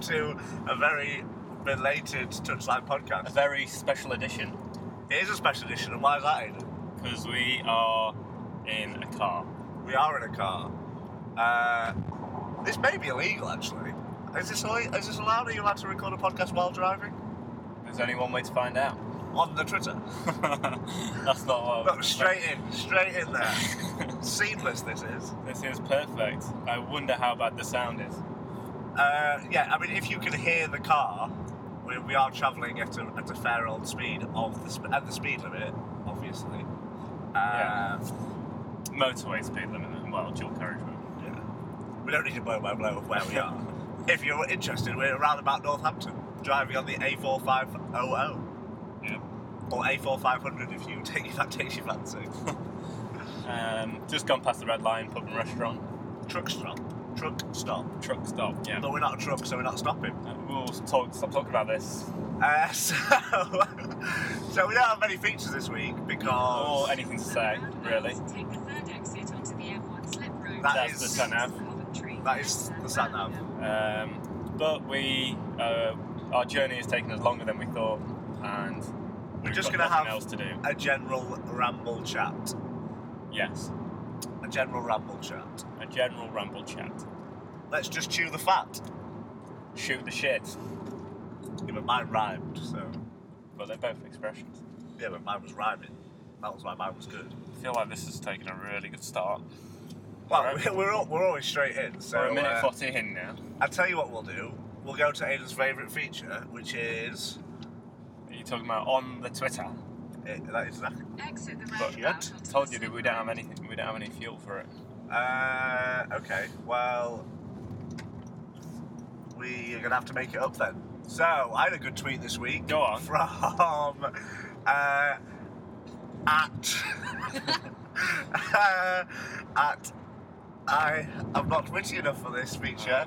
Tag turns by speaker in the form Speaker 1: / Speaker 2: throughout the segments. Speaker 1: to a very related Touchline
Speaker 2: A
Speaker 1: podcast.
Speaker 2: very special edition
Speaker 1: It is a special edition, and why is that? Aidan?
Speaker 2: because we are in a car.
Speaker 1: We are in a car. Uh, this may be illegal, actually. Is this, ille- is this allowed? Are you allowed to record a podcast while driving?
Speaker 2: There's only one way to find out.
Speaker 1: On the Twitter.
Speaker 2: That's not what. I
Speaker 1: Look,
Speaker 2: was
Speaker 1: straight in, straight in there.
Speaker 2: expecting.
Speaker 1: Seamless, this is.
Speaker 2: this is perfect. I wonder how bad the sound is.
Speaker 1: Uh, yeah, I mean, if you can hear the car, we, we are travelling at a, at a fair old speed of the sp- at the speed limit, obviously. Uh,
Speaker 2: Yeah. Motorway speed limit. Well, dual carriage road.
Speaker 1: yeah. We don't need to blow by blow of where we are. if you're interested, we're around about Northampton, driving on the A4500.
Speaker 2: Yeah.
Speaker 1: Or A4500 if you take if that takes your fancy.
Speaker 2: Um, just gone past the Red Lion Pub and Restaurant.
Speaker 1: truck stop. Truck stop.
Speaker 2: Truck stop. Yeah.
Speaker 1: But we're not a truck, so we're not stopping.
Speaker 2: Uh, We'll talk. Stop talking about this.
Speaker 1: Uh, so, so we don't have many features this week because
Speaker 2: Or anything to say, really.
Speaker 3: Take the third exit onto the M1 slip road.
Speaker 1: That
Speaker 2: That's
Speaker 1: is-
Speaker 2: the sat nav.
Speaker 3: Coventry.
Speaker 1: that is the sat nav.
Speaker 2: Um, but we, uh, our journey has taken us longer than we thought, and
Speaker 1: We're
Speaker 2: we've
Speaker 1: just
Speaker 2: got
Speaker 1: gonna
Speaker 2: nothing
Speaker 1: have-
Speaker 2: else to do.
Speaker 1: a general ramble chat.
Speaker 2: Yes,
Speaker 1: A general ramble chat.
Speaker 2: a general ramble chat.
Speaker 1: Let's just chew the fat.
Speaker 2: Shoot the shit.
Speaker 1: Yeah, but mine rhymed, so
Speaker 2: But they're both expressions.
Speaker 1: yeah, but mine was rhyming. That was why mine was good.
Speaker 2: I feel like this has taken a really good start.
Speaker 1: Well,
Speaker 2: Alright.
Speaker 1: we're all, we're always straight in. So
Speaker 2: We're a minute
Speaker 1: uh,
Speaker 2: forty in now.
Speaker 1: I'll tell you what we'll do. We'll go to Aidan's favourite feature, which is
Speaker 2: Are you talking about on the Twitter?
Speaker 1: eh, that is
Speaker 3: Exit the
Speaker 2: But
Speaker 3: roundabout
Speaker 1: shit.
Speaker 3: onto
Speaker 2: told
Speaker 3: the
Speaker 2: you
Speaker 3: slip
Speaker 2: that we don't have anything. We don't have any fuel for it.
Speaker 1: uh, okay. Well, we are gonna have to make it up then. So I had a good tweet this week
Speaker 2: Go on.
Speaker 1: from uh, at uh, at I am not witty enough for this feature.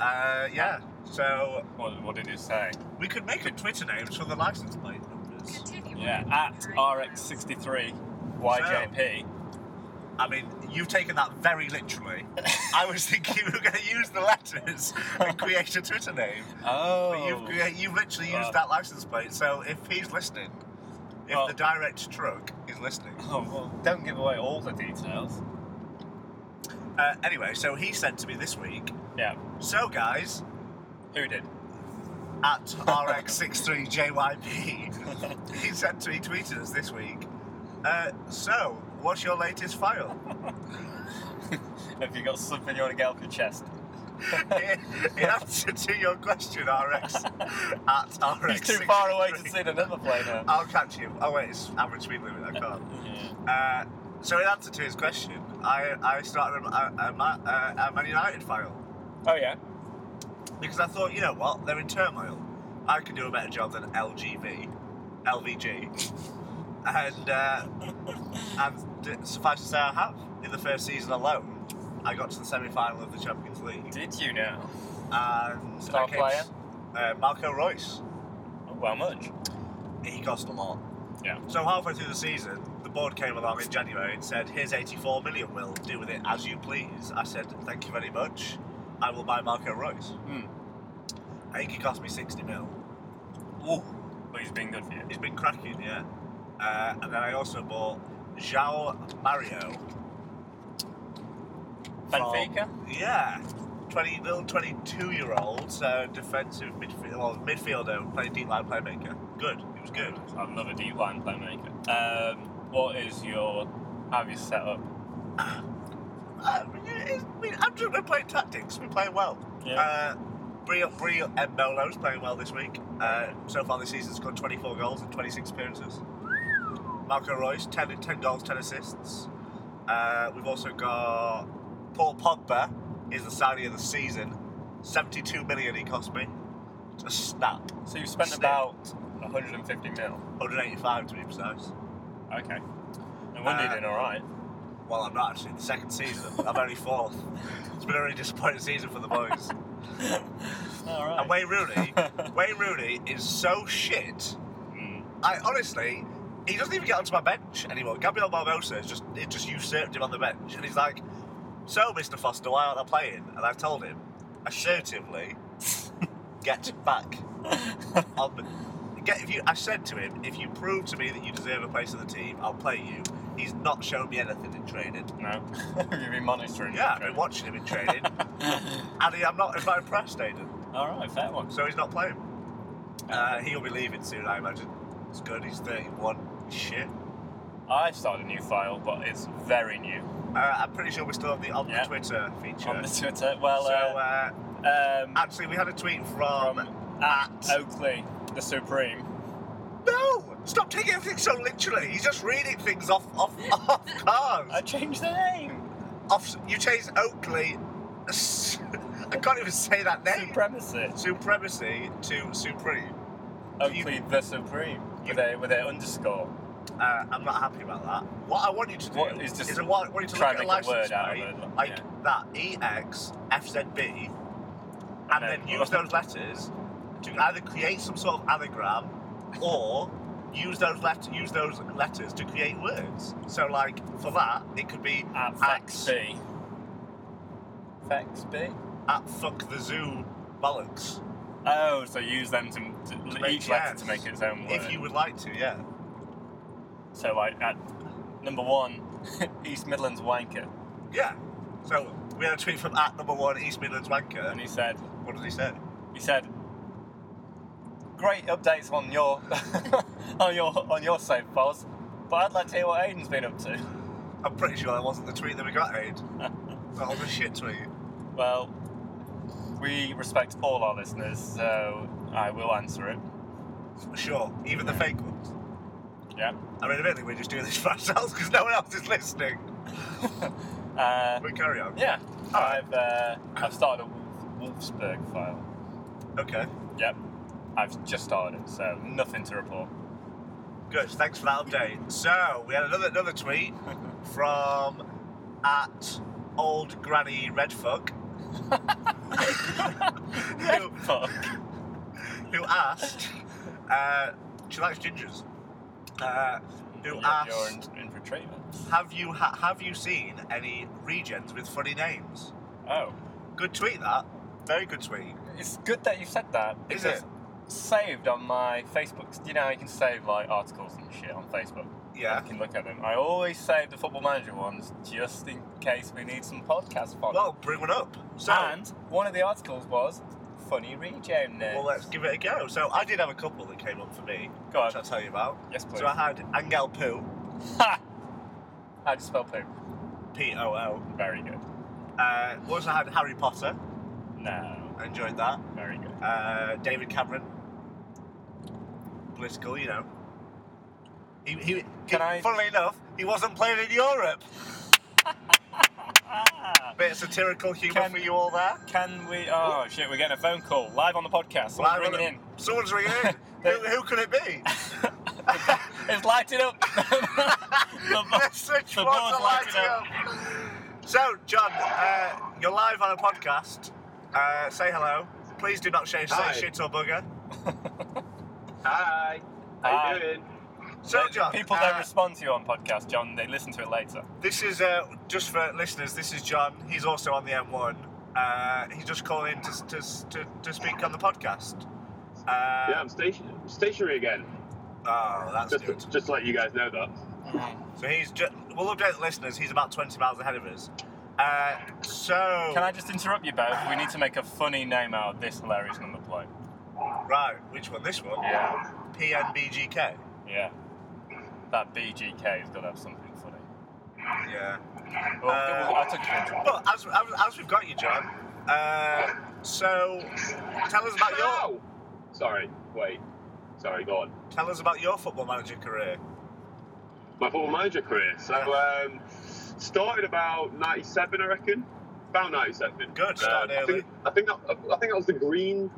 Speaker 1: Uh, yeah, so
Speaker 2: What, what did you say?
Speaker 1: we could make a Twitter names for the license plate numbers.
Speaker 3: Continue on
Speaker 2: Yeah,
Speaker 3: for
Speaker 2: at
Speaker 3: three miles.
Speaker 2: RX63 YJP.
Speaker 1: I mean, you've taken that very literally. I was thinking we were going to use the letters and create a Twitter name,
Speaker 2: Oh,
Speaker 1: but you've, crea- you've literally
Speaker 2: Wow.
Speaker 1: used that license plate. So if he's listening, if
Speaker 2: Well-
Speaker 1: the direct truck is listening,
Speaker 2: Oh, well, don't give away all the details.
Speaker 1: Uh, anyway, so he said to me this week,
Speaker 2: Yeah.
Speaker 1: so guys,
Speaker 2: Who did?
Speaker 1: at RX63JYP, he said to he tweeted us this week, uh, so what's your latest file?
Speaker 2: Have you got something you want to get off your chest?
Speaker 1: In answer to your question, RX, at RX.
Speaker 2: He's too far away to see another player.
Speaker 1: I'll catch you. Oh wait, it's average speed limit. I can't. Uh, so in answer to his question, I, I started a, a, uh, a, a Man United file.
Speaker 2: Oh yeah.
Speaker 1: because I thought, you know what, they're in turmoil. I can do a better job than LGV, LVG, and uh, and d- suffice to say, I have in the first season alone. I got to the semi-final of the Champions League,
Speaker 2: Did you now?
Speaker 1: and
Speaker 2: Star
Speaker 1: I came
Speaker 2: player?
Speaker 1: uh, Marco Royce.
Speaker 2: Oh, how much?
Speaker 1: He cost a lot.
Speaker 2: Yeah.
Speaker 1: So halfway through the season, the board came along in January and said, "Here's 84 million. Will do with it as you please." I said, "Thank you very much. I will buy Marco Royce."
Speaker 2: Hmm.
Speaker 1: I think he cost me 60 mil.
Speaker 2: Ooh. But he's been good for you.
Speaker 1: It's been cracking, yeah. Uh, and then I also bought João Mario.
Speaker 2: Benfica.
Speaker 1: Yeah. 20 little 22 year old, so defensive midfield, well, midfielder, playing deep line playmaker. Good, it was good.
Speaker 2: I love a deep line playmaker. Um, what is your? How have you set up?
Speaker 1: Uh, it's, we, I'm just, we're playing tactics, we're playing well. Uh, Briel, Briel and Molo's playing well this week. Uh, so far this season, scored 24 goals in 26 appearances. Marco Royce, 10, 10 goals, 10 assists. Uh, we've also got Paul Pogba, is the signing of the season. 72 million he cost me. Just snap.
Speaker 2: so you've spent
Speaker 1: Snip.
Speaker 2: about 150 mil.
Speaker 1: 185 to be precise.
Speaker 2: Okay. No wonder
Speaker 1: Uh,
Speaker 2: you're doing all right.
Speaker 1: Well, I'm not actually in the second season. I'm only fourth. It's been a really disappointing season for the boys.
Speaker 2: all right.
Speaker 1: And Wayne Rooney, Wayne Rooney is so shit
Speaker 2: Mm.
Speaker 1: I honestly, he doesn't even get onto my bench anymore. Gabriel Barbosa is just it just usurped him on the bench, and he's like, "So, Mister Foster, why aren't I playing?" And I told him, assertively get back on the. Get, if you, I said to him, if you prove to me that you deserve a place on the team, I'll play you. He's not shown me anything in training.
Speaker 2: No. You've been monitoring.
Speaker 1: Yeah, I've been watching him in training, and he, I'm not, I'm not impressed, Aiden.
Speaker 2: All right, fair one.
Speaker 1: So he's not playing. Uh, he'll be leaving soon, I imagine. It's good. He's 31. Shit.
Speaker 2: I started a new file, but it's very new
Speaker 1: Uh, I'm pretty sure we still have the on
Speaker 2: Yeah.
Speaker 1: the Twitter feature.
Speaker 2: on the Twitter. Well,
Speaker 1: so
Speaker 2: uh,
Speaker 1: uh,
Speaker 2: um,
Speaker 1: actually, we had a tweet from.
Speaker 2: from at Oakley, the Supreme.
Speaker 1: No! Stop taking everything so literally. He's just reading things off off off cards.
Speaker 2: I changed the name.
Speaker 1: off. You changed Oakley. I can't even say that name.
Speaker 2: Supremacist.
Speaker 1: Supremacy to supreme.
Speaker 2: Oakley, the Supreme. With a with a underscore.
Speaker 1: Uh, I'm not happy about that. What I want you to do
Speaker 2: What is just
Speaker 1: I want, want you to
Speaker 2: try
Speaker 1: look
Speaker 2: and
Speaker 1: at a
Speaker 2: make a
Speaker 1: license
Speaker 2: word out of
Speaker 1: plate,
Speaker 2: it,
Speaker 1: like
Speaker 2: yeah.
Speaker 1: that E X F Z B, and
Speaker 2: then-
Speaker 1: then use those letters to either create some sort of anagram or use those let- use those letters to create words. So, like for that, it could be
Speaker 2: At
Speaker 1: Axe.
Speaker 2: Fax B. Fax B.
Speaker 1: at fuck the zoo bollocks.
Speaker 2: Oh, so use them to, to,
Speaker 1: make-
Speaker 2: each letter
Speaker 1: yes.
Speaker 2: to make its own word.
Speaker 1: If you would like to, yeah.
Speaker 2: So like at number one, East Midlands wanker,
Speaker 1: Yeah. So we had a tweet from at number one East Midlands wanker.
Speaker 2: and he said
Speaker 1: What does he say?
Speaker 2: he said great updates on your on your on your save files, but I'd like to hear what Aiden's been up to.
Speaker 1: I'm pretty sure that wasn't the tweet that we got, Aid. that was a shit tweet.
Speaker 2: Well, we respect all our listeners, so I will answer it.
Speaker 1: Sure, even the fake ones.
Speaker 2: Yeah.
Speaker 1: I mean, admittedly, we're just doing this for ourselves because no one else is listening.
Speaker 2: Uh,
Speaker 1: We carry on.
Speaker 2: yeah,
Speaker 1: All right.
Speaker 2: I've uh, I've started a Wolf, Wolfsburg file.
Speaker 1: Okay,
Speaker 2: Yep, I've just started it, so nothing to report.
Speaker 1: good. Thanks for that update. So we had another another tweet from at old granny redfuck who,
Speaker 2: Fuck.
Speaker 1: who asked, uh, she likes gingers. Uh, who
Speaker 2: You're-
Speaker 1: asked,
Speaker 2: You're in, in for treatment.
Speaker 1: have you ha- have you seen any regents with funny names?
Speaker 2: Oh,
Speaker 1: Good tweet that. Very good tweet.
Speaker 2: it's good that you said that.
Speaker 1: Is
Speaker 2: because
Speaker 1: it?
Speaker 2: Saved on my Facebook. You know, how you can save like articles and shit on Facebook.
Speaker 1: Yeah.
Speaker 2: I can look at them. I always save the football manager ones just in case we need some podcast fodder.
Speaker 1: Well, bring one up. So,
Speaker 2: and one of the articles was funny regen names.
Speaker 1: well, let's give it a go. So, I did have a couple that came up for me,
Speaker 2: Go
Speaker 1: which I'll
Speaker 2: on.
Speaker 1: tell you about.
Speaker 2: Yes, please.
Speaker 1: So, uh, I had Angel Poo,
Speaker 2: ha! How do you spell poo?
Speaker 1: P O O.
Speaker 2: Very good.
Speaker 1: Uh, also had Harry Potter.
Speaker 2: No.
Speaker 1: I enjoyed that.
Speaker 2: Very good.
Speaker 1: Uh, David Cameron. Political, you know. He, he,
Speaker 2: Can I-
Speaker 1: Funnily enough, he wasn't playing in Europe. Bit of satirical humour
Speaker 2: Can-
Speaker 1: for you all there.
Speaker 2: Ah, Can we? Oh shit! We're getting a phone call live on the podcast. Someone's
Speaker 1: Live on
Speaker 2: ringing in.
Speaker 1: the- Someone's ringing in. who, who could it be?
Speaker 2: It's lighting up. the
Speaker 1: Let's switch
Speaker 2: the
Speaker 1: ones
Speaker 2: board's
Speaker 1: are lighting up. So, John, uh, you're live on a podcast. Uh, say hello. Please do not say, say
Speaker 4: Hi.
Speaker 1: shit or bugger.
Speaker 4: Hi. How
Speaker 2: Hi.
Speaker 4: you doing?
Speaker 1: So, John,
Speaker 2: People
Speaker 1: uh,
Speaker 2: don't respond to you on podcast, John. They listen to it later.
Speaker 1: this is uh, just for listeners. This is John. He's also on the M1. Uh, he's just calling in to, to, to, to speak on the podcast. Uh,
Speaker 4: yeah, I'm station- stationary again.
Speaker 1: Oh, that's
Speaker 4: Just,
Speaker 1: good.
Speaker 4: just to let you guys know that.
Speaker 1: So he's just. We'll update the listeners. He's about 20 miles ahead of us. Uh, so.
Speaker 2: Can I just interrupt you both? We need to make a funny name out of this hilarious number plate.
Speaker 1: Right, which one? This one?
Speaker 2: Yeah.
Speaker 1: PNBGK.
Speaker 2: Yeah. That BGK has got to have something funny.
Speaker 1: Yeah.
Speaker 2: Well,
Speaker 1: Uh,
Speaker 2: I took it from
Speaker 1: But as, as, as we've got you, John, uh, so tell us about your
Speaker 4: Ow! Sorry. Wait. Sorry. Go on.
Speaker 1: tell us about your football manager career.
Speaker 4: My football manager career. So um, started about '97, I reckon. About '97.
Speaker 1: Good, started
Speaker 4: I think, I think that I think that was the green,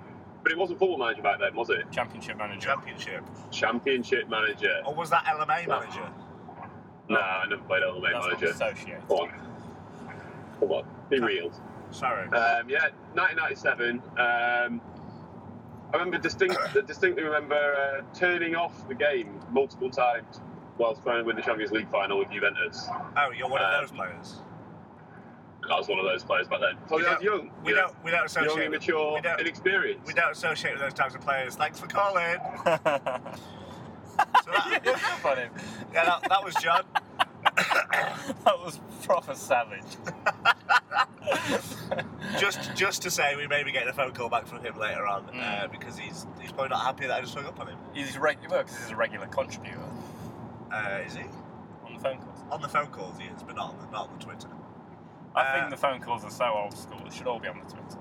Speaker 4: but it wasn't football manager back then, was it?
Speaker 2: Championship manager.
Speaker 1: Championship,
Speaker 4: Championship manager.
Speaker 1: or was that LMA manager?
Speaker 4: Nah, I never played LMA
Speaker 2: That's not
Speaker 4: manager.
Speaker 2: associated.
Speaker 4: Come on. Come on. Be real.
Speaker 1: Sorry.
Speaker 4: Um, yeah, 1997. Um, I remember distinct, distinctly remember uh, turning off the game multiple times whilst trying to win the Champions League final with Juventus.
Speaker 1: Oh, you're one of
Speaker 4: uh,
Speaker 1: those players.
Speaker 4: I was one of those players back then. Probably
Speaker 1: We
Speaker 4: I was young.
Speaker 1: We
Speaker 4: you know,
Speaker 1: don't. We don't associate.
Speaker 4: young,
Speaker 1: with-
Speaker 4: immature,
Speaker 1: We don't.
Speaker 4: inexperienced.
Speaker 1: We don't associate with those types of players. Thanks for calling. So that,
Speaker 2: Look at him.
Speaker 1: yeah, that, that was John.
Speaker 2: That was proper savage.
Speaker 1: Just, just to say, we may be getting a phone call back from him later on
Speaker 2: Mm.
Speaker 1: uh, because he's he's probably not happy that I just hung up on him.
Speaker 2: He's regular because he's a regular contributor
Speaker 1: Uh, is he
Speaker 2: on the phone calls.
Speaker 1: on the phone calls? He is, but not on the, not on the Twitter.
Speaker 2: I
Speaker 1: Uh,
Speaker 2: think the phone calls are so old school. It should all be on the Twitter.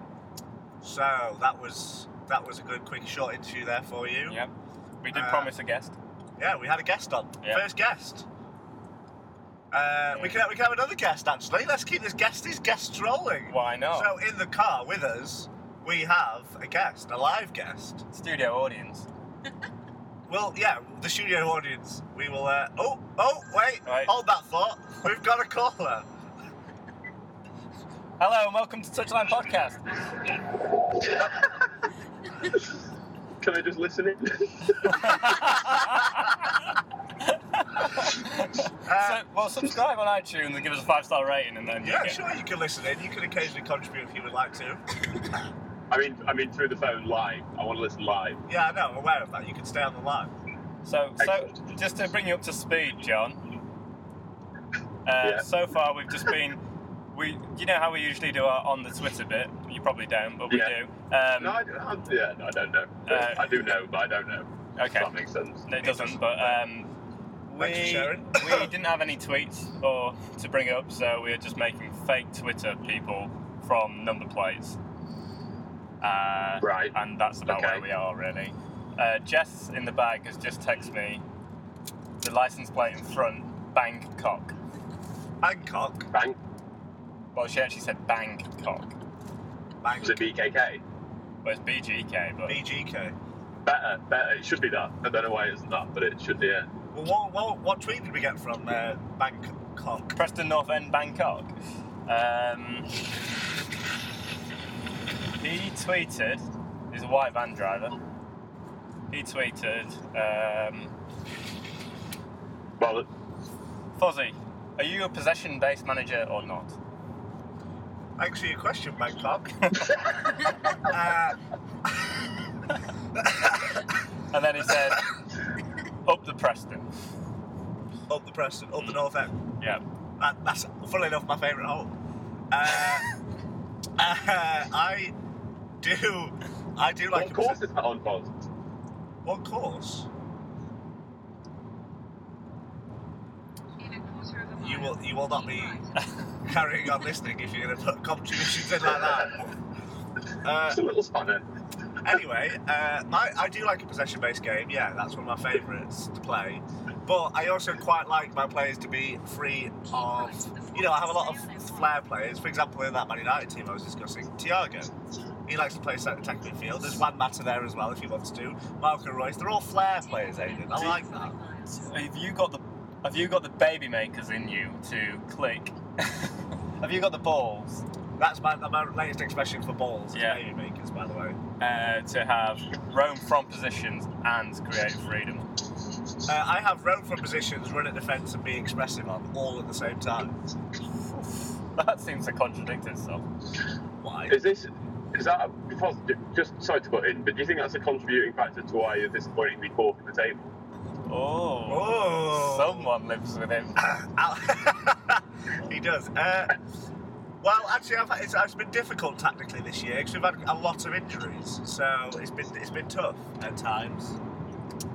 Speaker 1: So that was that was a good, quick, short interview there for you.
Speaker 2: Yep. We did
Speaker 1: Uh,
Speaker 2: promise a guest.
Speaker 1: Yeah, we had a guest on.
Speaker 2: Yeah.
Speaker 1: First guest. Uh, We can we can have another guest actually. Let's keep this guest these guests rolling.
Speaker 2: Why not?
Speaker 1: So in the car with us, we have a guest, a live guest.
Speaker 2: Studio audience.
Speaker 1: Well, yeah, the studio audience. We will. Uh, oh, oh, wait,
Speaker 2: Right.
Speaker 1: hold that thought. We've got a caller.
Speaker 2: Hello and welcome to Touchline Podcast.
Speaker 4: Can I just listen in?
Speaker 1: Uh,
Speaker 2: so, well, subscribe on iTunes and give us a five star rating, and then you
Speaker 1: yeah,
Speaker 2: get-
Speaker 1: sure, you can listen in. You can occasionally contribute if you would like to.
Speaker 4: I mean, I mean through the phone live. I want to listen live.
Speaker 1: Yeah, I know. I'm aware of that. You can stay on the line.
Speaker 2: So, so
Speaker 4: Excellent.
Speaker 2: just to bring you up to speed, John. Uh,
Speaker 4: Yeah.
Speaker 2: So far, we've just been we. You know how we usually do our on the Twitter bit. You probably don't, but we
Speaker 4: Yeah.
Speaker 2: do. Um,
Speaker 4: No, I, don't- I, yeah, no, I don't know.
Speaker 2: Uh,
Speaker 4: I do know, but I don't know. If
Speaker 2: okay.
Speaker 4: that makes sense.
Speaker 2: No, it doesn't. But um, we
Speaker 1: Thanks for sharing.
Speaker 2: we didn't have any tweets or to bring up, so we are just making fake Twitter people from number plates. Uh,
Speaker 4: Right.
Speaker 2: And that's about where
Speaker 4: Okay.
Speaker 2: we are really. Uh, Jess in the bag has just texted me the license plate in front, Bangkok.
Speaker 1: Bangkok.
Speaker 4: Bang.
Speaker 2: Well, she actually said Bangkok,
Speaker 4: Is
Speaker 1: Bangkok.
Speaker 4: it BKK?
Speaker 2: but it's BGK. But
Speaker 1: BGK.
Speaker 4: Better, better. It should be that. I don't know why it isn't that, but it should be. Yeah.
Speaker 1: Well, what, what, what tweet did we get from uh, Bangkok?
Speaker 2: Preston North End, Bangkok. Um, he tweeted, he's a white van driver. He tweeted, um,
Speaker 4: Well,
Speaker 2: Fozzy, are you a possession based manager or not?
Speaker 1: Thanks for your question, Bangkok. uh,
Speaker 2: And then he said, up the Preston.
Speaker 1: up the Preston, up the North End.
Speaker 2: Yeah.
Speaker 1: That, that's, funnily enough, my favourite hole. Uh, uh, I do, I do like.
Speaker 4: of
Speaker 1: a-
Speaker 4: course it's not on pause.
Speaker 1: What course?
Speaker 3: In a quarter of a mile.
Speaker 1: You will, you will not be
Speaker 3: Right.
Speaker 1: carrying on listening if you're going to put contributions in like that. Uh,
Speaker 4: Just a little spanner.
Speaker 1: anyway, uh, my, I do like a possession-based game. Yeah, that's one of my favourites to play. But I also quite like my players to be free of. You know, I have a lot of flair players. For example, in that Man United team I was discussing, Thiago. He likes to play centre attack midfield. There's Juan Mata there as well if he wants to. Marco Royce. They're all flair players, Aiden. I like that.
Speaker 2: Have you got the have you got the baby makers in you to click? have you got the balls
Speaker 1: That's my, my latest expression for balls.
Speaker 2: Yeah.
Speaker 1: Yeah. Baby makers, by the way.
Speaker 2: uh, to have roam from positions and create freedom?
Speaker 1: Uh, I have roam from positions, run at defence, and be expressive on all at the same time.
Speaker 2: That seems to contradict itself.
Speaker 1: Why?
Speaker 4: Is this? Is that a, because just sorry to cut in, but do you think that's a contributing factor to why you're disappointed to be fourth in the table?
Speaker 2: Oh,
Speaker 1: Oh.
Speaker 2: someone lives with him.
Speaker 1: Ow. he does. Uh, well, actually, I've, it's, it's been difficult tactically this year because we've had a lot of injuries, so it's been it's been tough at times.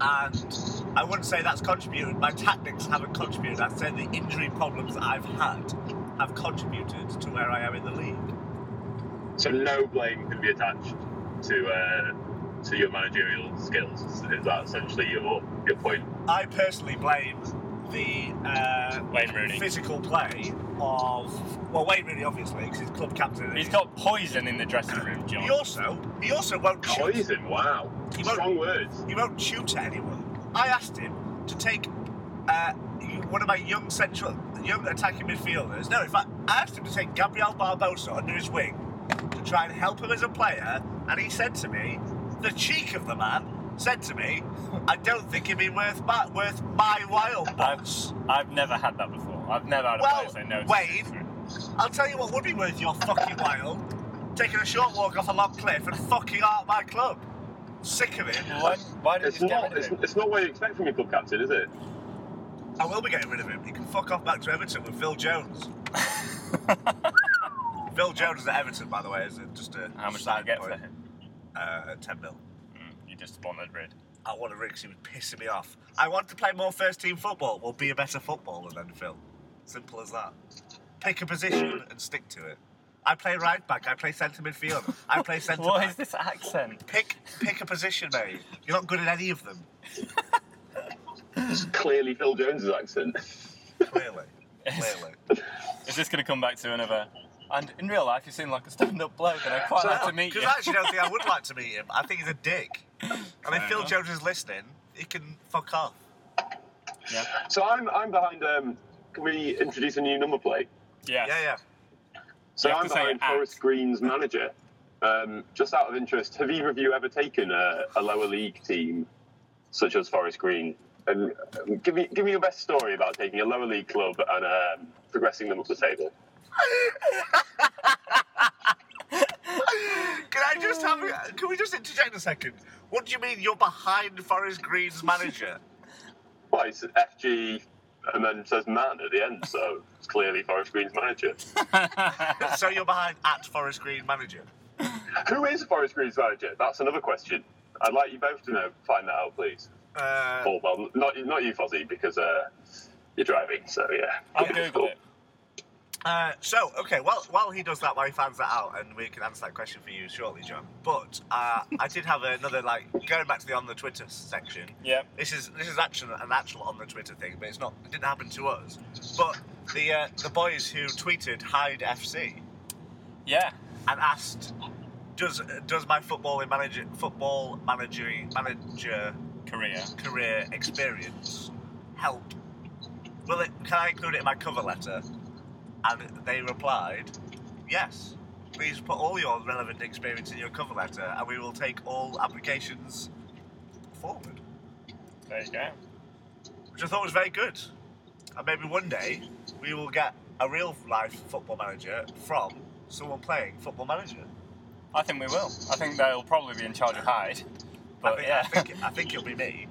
Speaker 1: And I wouldn't say that's contributed. My tactics haven't contributed. I'd say the injury problems that I've had have contributed to where I am in the league.
Speaker 4: So no blame can be attached to uh, to your managerial skills. Is that essentially your your point?
Speaker 1: I personally blame the uh,
Speaker 2: Wayne Rooney.
Speaker 1: physical play of well, Wayne Rooney obviously because he's club captain. and
Speaker 2: He's got poison in the dressing room, John.
Speaker 1: He also he also
Speaker 4: Oh,
Speaker 1: won't shoot.
Speaker 4: Poison. Wow.
Speaker 1: You won't-
Speaker 4: Strong words.
Speaker 1: He won't tutor anyone. I asked him to take uh, one of my young central, young attacking midfielders. No, in fact, I asked him to take Gabriel Barbosa under his wing to try and help him as a player, and he said to me, the cheek of the man said to me, I don't think it'd be worth my, worth my while,
Speaker 2: I've,
Speaker 1: boss.
Speaker 2: I've never had that before. I've never had a
Speaker 1: Well,
Speaker 2: player say no. to
Speaker 1: Wayne,
Speaker 2: the dressing room.
Speaker 1: I'll tell you what would be worth your fucking while: taking a short walk off a long cliff and fucking out my club. Sick of it.
Speaker 2: Why, why did
Speaker 4: It's
Speaker 2: you just get
Speaker 4: not,
Speaker 2: rid
Speaker 4: it's,
Speaker 2: of him?
Speaker 4: it's not what you expect from your club captain, is it?
Speaker 1: I will be getting rid of him. He can fuck off back to Everton with Phil Jones. Phil Jones is at Everton, by the way. Is just a
Speaker 2: How much did
Speaker 1: side
Speaker 2: you get for
Speaker 1: point.
Speaker 2: him?
Speaker 1: Uh, Ten mil.
Speaker 2: Mm, you just want that bread.
Speaker 1: I want to ring because he was pissing me off. I want to play more first team football. We'll be a better footballer than Phil. Simple as that. Pick a position and stick to it. I play right back. I play centre midfield. I play centre
Speaker 2: What is
Speaker 1: back.
Speaker 2: this accent?
Speaker 1: Pick pick a position, mate. You're not good at any of them,
Speaker 4: It's clearly Phil Jones's accent.
Speaker 1: clearly. clearly.
Speaker 2: Is this going to come back to another? And in real life, you seem like a stand-up bloke, and I quite like to meet you.
Speaker 1: Because I actually don't think I would like to meet him. I think he's a dick. And if
Speaker 2: Fair
Speaker 1: Phil
Speaker 2: enough.
Speaker 1: Jones is listening, he can fuck off.
Speaker 2: Yeah.
Speaker 4: So I'm I'm behind. Um, can we introduce a new number plate?
Speaker 2: Yes.
Speaker 1: Yeah, yeah.
Speaker 4: So
Speaker 2: You have
Speaker 4: I'm
Speaker 2: to say
Speaker 4: behind
Speaker 2: at.
Speaker 4: Forest Green's manager. Um, just out of interest, have either of you ever taken a, a lower league team such as Forest Green? And um, give me give me your best story about taking a lower league club and um, progressing them up the table.
Speaker 1: Can I just have? a- Can we just interject a second? What do you mean you're behind Forest Green's manager?
Speaker 4: Well, it's FG and then it says man at the end, so it's clearly Forest Green's manager.
Speaker 1: so you're behind at Forest Green manager.
Speaker 4: Who is Forest Green's manager? That's another question. I'd like you both to know. Find that out, please.
Speaker 1: Uh,
Speaker 4: Oh well, not not you, Fozzie, because uh, you're driving. So yeah,
Speaker 2: I'll Google it.
Speaker 1: uh, so okay, well, while he does that, while he finds that out, and we can answer that question for you shortly, John. But uh, I did have another like going back to the on the Twitter section.
Speaker 2: Yep.
Speaker 1: This is this is actually an actual on the Twitter thing, but it's not. It didn't happen to us. But the uh, the boys who tweeted hide FC
Speaker 2: Yeah.
Speaker 1: and asked, does does my footballing manager football managing manager
Speaker 2: Korea.
Speaker 1: career experience help? Will it? Can I include it in my cover letter? And they replied, yes. Please put all your relevant experience in your cover letter, and we will take all applications forward.
Speaker 2: There you go.
Speaker 1: which I thought was very good. And maybe one day we will get a real life football manager from someone playing football manager.
Speaker 2: I think we will. I think they'll probably be in charge of Hyde.
Speaker 1: I
Speaker 2: But
Speaker 1: think,
Speaker 2: Oh, yeah.
Speaker 1: I think I think it'll be me.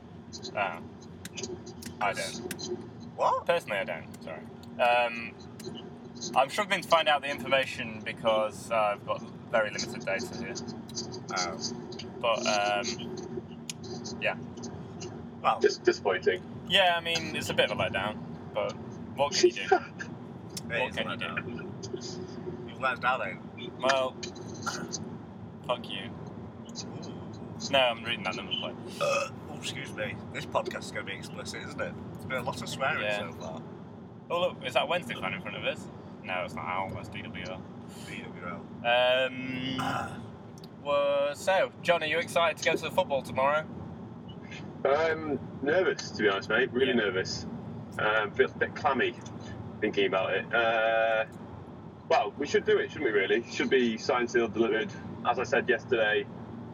Speaker 2: Oh. I don't.
Speaker 1: What?
Speaker 2: Personally, I don't. Sorry. Um, I'm struggling to find out the information because I've got very limited data here.
Speaker 1: Oh.
Speaker 2: But um,
Speaker 1: Well,
Speaker 4: Dis- disappointing.
Speaker 2: yeah, I mean, it's a bit of a letdown. But what can you do?
Speaker 1: it is let
Speaker 2: can you do?
Speaker 1: down. You've let us down, then.
Speaker 2: Well, fuck you. No, I'm reading that number plate.
Speaker 1: Uh, oh, excuse me. This podcast's going to be explicit, isn't it? It's been a lot of swearing
Speaker 2: Yeah.
Speaker 1: so far.
Speaker 2: Oh look, is that Wednesday fan in front of us? No, it's not Owl. That's DWL.
Speaker 1: BWL.
Speaker 2: Um,
Speaker 1: Ah,
Speaker 2: well, so, John, are you excited to go to the football tomorrow?
Speaker 4: I'm Um, nervous, to be honest, mate. Really
Speaker 2: Yeah.
Speaker 4: nervous. Um, feel a bit clammy thinking about it. Uh, well, we should do it, shouldn't we? Really, should be signed, sealed, delivered. As I said yesterday,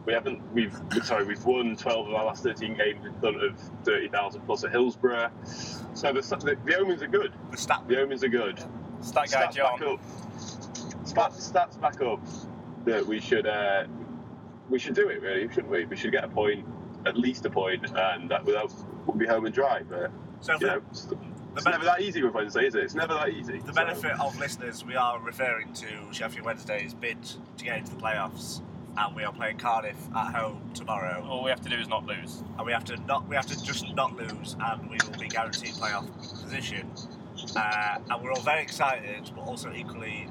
Speaker 4: we haven't. We've sorry, we've won 12 of our last 13 games in front of 30,000 plus at Hillsborough. So the, the, the omens are good.
Speaker 1: the stat.
Speaker 4: The omens are good.
Speaker 2: Stat guy,
Speaker 4: Stats
Speaker 2: John.
Speaker 4: Back up. Stats, stats back up that we should uh, we should do it really, shouldn't we? We should get a point, at least a point, and that without we'll be home and dry. But
Speaker 1: So,
Speaker 4: you
Speaker 1: for
Speaker 4: know, it's, it's
Speaker 1: ben-
Speaker 4: never that easy with Wednesday, is it? It's never that easy.
Speaker 1: the
Speaker 4: So,
Speaker 1: benefit of listeners, we are referring to Sheffield Wednesday's bid to get into the playoffs, and we are playing Cardiff at home tomorrow.
Speaker 2: All we have to do is not lose.
Speaker 1: and we have to not we have to just not lose and we will be guaranteed playoff position uh, and we're all very excited but also equally